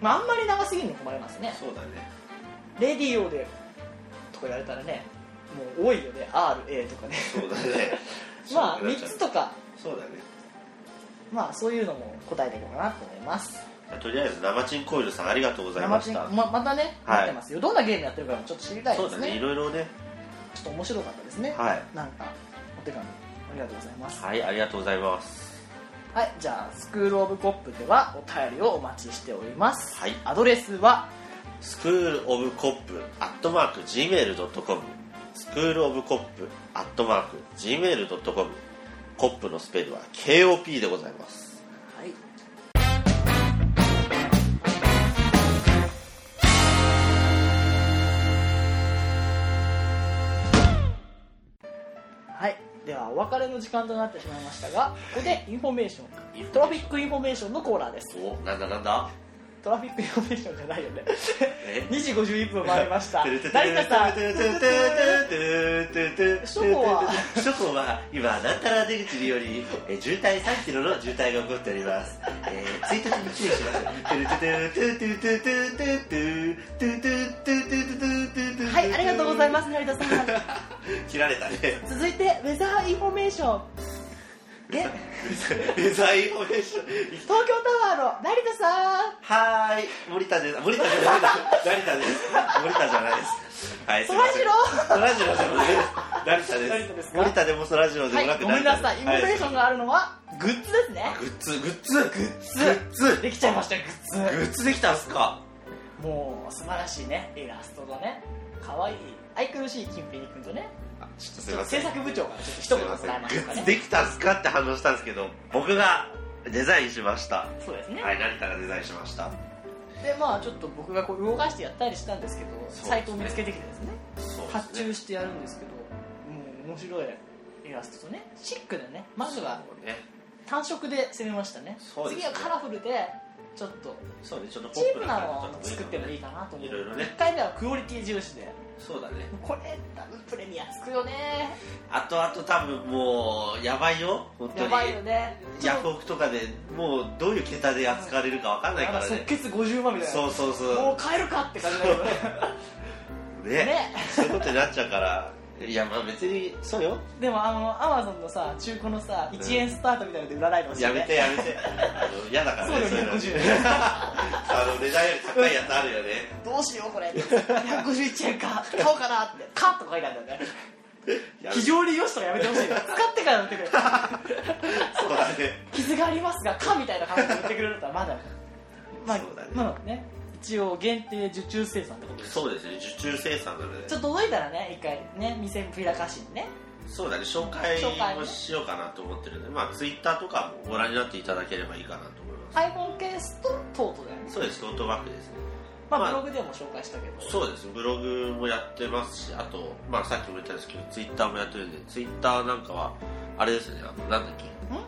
Speaker 2: まああんまり長すぎるの困りますね
Speaker 1: そうだね
Speaker 2: レディオでとかやれたらねもう多いよね RA とかね
Speaker 1: そうだね
Speaker 2: まあ
Speaker 1: そうな
Speaker 2: 3
Speaker 1: っちゃう
Speaker 2: つとか
Speaker 1: そうだね
Speaker 2: まあそういうのも答えていこうかなと思います
Speaker 1: とりあえず生チンコイルさんありがとうございました
Speaker 2: 生ままたね
Speaker 1: はい
Speaker 2: 待ってますよどんなゲームやってるかもちょっと知りたい
Speaker 1: そ
Speaker 2: で
Speaker 1: うだ
Speaker 2: す
Speaker 1: ねい
Speaker 2: ね
Speaker 1: ろいろね
Speaker 2: ちょっと面白かったですね
Speaker 1: はい
Speaker 2: なんかお手紙ありがとうございます
Speaker 1: はいありがとうございます
Speaker 2: はい、じゃあ、スクールオブコップではお便りをお待ちしております。
Speaker 1: はい
Speaker 2: アドレスは、
Speaker 1: スクールオブコップアットマーク Gmail.com スクールオブコップアットマーク Gmail.com コップのスペルは KOP でございます
Speaker 2: はい。では、お別れの時間となってしまいましたが、ここでインフォメーション、トラフィックインフォメーションのコーナーです。
Speaker 1: おなんだなんだ
Speaker 2: トラフィックインフォメーションじゃないよ ね
Speaker 1: え
Speaker 2: 2時51分回りま した
Speaker 1: てるてる
Speaker 2: 成田さん
Speaker 1: てるてるてるてるてるてるてるてるてるてる
Speaker 2: ショコは
Speaker 1: ショコは今なんたら出口よりえー渋滞3キロの渋滞が起こっておりますえー1日に注意しますてるてるてるてるてるてるてるてるてるてるてるてるてるてる
Speaker 2: はいありがとうございます成田 さん
Speaker 1: 切られたね
Speaker 2: 続いてウェザーインフォメーションげ東
Speaker 1: デザインフォメーション
Speaker 2: 京タワーの成田さん
Speaker 1: はーい、森田です。森田じゃないです。成田です。森田じゃないです。はい、すいません。そらじろじゃないです。成田です。
Speaker 2: 成田ですか
Speaker 1: 森田でもそらじろで
Speaker 2: は
Speaker 1: もなく
Speaker 2: い、ごめんなさい、インフ
Speaker 1: 成田
Speaker 2: ォメー
Speaker 1: です
Speaker 2: ションがあるのはグッズですね
Speaker 1: はい。グッズ、グッズ、グッ
Speaker 2: ズ
Speaker 1: グッズ。
Speaker 2: できちゃいましたグッズ
Speaker 1: グッズできたんすか
Speaker 2: もう素晴らしいねイラストがね可愛い愛くるしい金平にくんとね
Speaker 1: あちょっとす
Speaker 2: ち
Speaker 1: い
Speaker 2: ょっ
Speaker 1: ま
Speaker 2: と
Speaker 1: せん。す
Speaker 2: 制
Speaker 1: い
Speaker 2: 作部長からちょっと一言
Speaker 1: ま
Speaker 2: も
Speaker 1: せ
Speaker 2: らい
Speaker 1: ん。
Speaker 2: ま
Speaker 1: グ
Speaker 2: しょうか
Speaker 1: ッ
Speaker 2: ね
Speaker 1: ズできたんすかって反応したんですけど、僕がデザインしました。
Speaker 2: そうですね、
Speaker 1: はい、成田がデザインしました。
Speaker 2: でまあちょっと僕がこう動かしてやったりしたんですけど
Speaker 1: すね
Speaker 2: サイトを見つけてきてですね
Speaker 1: そう
Speaker 2: 発
Speaker 1: ですね。
Speaker 2: 注してやるんですけどもう面白いイラストとねシックでねまずは
Speaker 1: そうね。
Speaker 2: 単色で攻めましたね
Speaker 1: そうです
Speaker 2: 次
Speaker 1: ね
Speaker 2: はカラフルでちょっと
Speaker 1: そうね、ちょっとポ
Speaker 2: チ
Speaker 1: ッ
Speaker 2: ー
Speaker 1: プ
Speaker 2: プ
Speaker 1: な
Speaker 2: な
Speaker 1: 感
Speaker 2: のを
Speaker 1: じ
Speaker 2: 作ってもいい
Speaker 1: い。
Speaker 2: かなと思う
Speaker 1: いろいろね
Speaker 2: 1回目はクオリティ重視で
Speaker 1: そうだね。
Speaker 2: これダブルプレミアつくよね
Speaker 1: あとあと多分もう、やばいよ。本当に。
Speaker 2: やばいよね
Speaker 1: ヤフオクとかでもうどういう桁で扱われるかわかんない
Speaker 2: なん
Speaker 1: か
Speaker 2: から即
Speaker 1: ね
Speaker 2: 決50万みたいな
Speaker 1: そうそう
Speaker 2: もう
Speaker 1: そ
Speaker 2: 買えるかって感じだけ どね
Speaker 1: うね
Speaker 2: ね
Speaker 1: そういうことになっちゃうからいやまあ別にそうよ
Speaker 2: でもあのアマゾンのさ中古のさ1円スタートみたいなので売らないでほしいね
Speaker 1: やめてやめてあの嫌だからね
Speaker 2: そうだよ
Speaker 1: の あの値段より高いやつあるよね
Speaker 2: どうしようこれ151円か買おうかなってカッと書いてあるんだよね
Speaker 1: やめ
Speaker 2: 非常に良しとかやめてほしいよ使ってから売ってくれ
Speaker 1: そうだね
Speaker 2: 傷がありますがかみたいな感じで売ってくれるとはまだまあ
Speaker 1: そうだね
Speaker 2: まあね一応限定受注生産ってことです
Speaker 1: そうですね受注生産なので
Speaker 2: ちょっと届いたらね一回ね店開かしにね
Speaker 1: そうだね紹介
Speaker 2: 紹介ね
Speaker 1: をしようかなと思ってるんでまあツイッターとかもご覧になっていただければいいかなと思います
Speaker 2: iPhone ケースとトートだよね
Speaker 1: そうですトートバッグですね
Speaker 2: ま
Speaker 1: ま
Speaker 2: あ
Speaker 1: あ
Speaker 2: ブログでも紹介したけど
Speaker 1: そうですブログもやってますしあと、まあ、さっきも言ったんですけどツイッターもやってるんでツイッターなんかはあれですねあのなんだっけ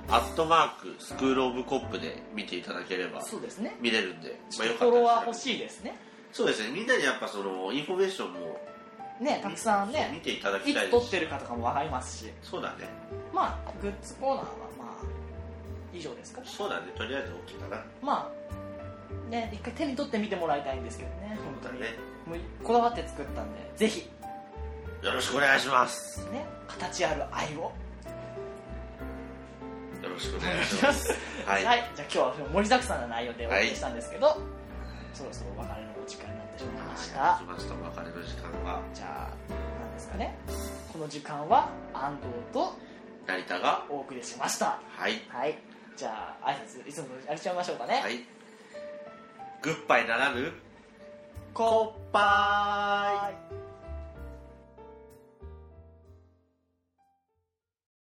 Speaker 1: アットマークスクール・オブ・コップで見ていただければ
Speaker 2: そうですね
Speaker 1: 見れるんで、
Speaker 2: ち
Speaker 1: ま
Speaker 2: ょ
Speaker 1: あ、
Speaker 2: っ
Speaker 1: よ
Speaker 2: と
Speaker 1: か
Speaker 2: フォロワー
Speaker 1: った
Speaker 2: 欲
Speaker 1: ですね
Speaker 2: しいですね
Speaker 1: そうですねみんなにやっぱそのインフォメーションも
Speaker 2: ねたくさん
Speaker 1: 見
Speaker 2: ね
Speaker 1: ていただき
Speaker 2: い
Speaker 1: たいで
Speaker 2: つ撮
Speaker 1: す
Speaker 2: ってるかとかも分かりますし
Speaker 1: そうだね
Speaker 2: まあグッズコーナーはまあ以上ですかね
Speaker 1: そうだねとりあえず OK かな
Speaker 2: まあね一回手に取ってみてもらいたいんですけどね本当
Speaker 1: だ
Speaker 2: に
Speaker 1: ね
Speaker 2: もうこだわって作ったんでぜひ
Speaker 1: よろしくお願いします
Speaker 2: ね形ある愛を
Speaker 1: よろしくお願いしますは、
Speaker 2: はいい、じゃあ今日は盛りだくさんの内容でお送りしたんですけど、そろそろお別れのお時間になってしまいました、
Speaker 1: 来ましたお別れの時間は
Speaker 2: じゃあなんですかねこの時間は安藤と
Speaker 1: 成田が
Speaker 2: お送りしました
Speaker 1: はい
Speaker 2: はいじゃあ挨拶いつものあれちゃいましょうかね、
Speaker 1: はいグッバイならぬ
Speaker 2: こ
Speaker 1: バイ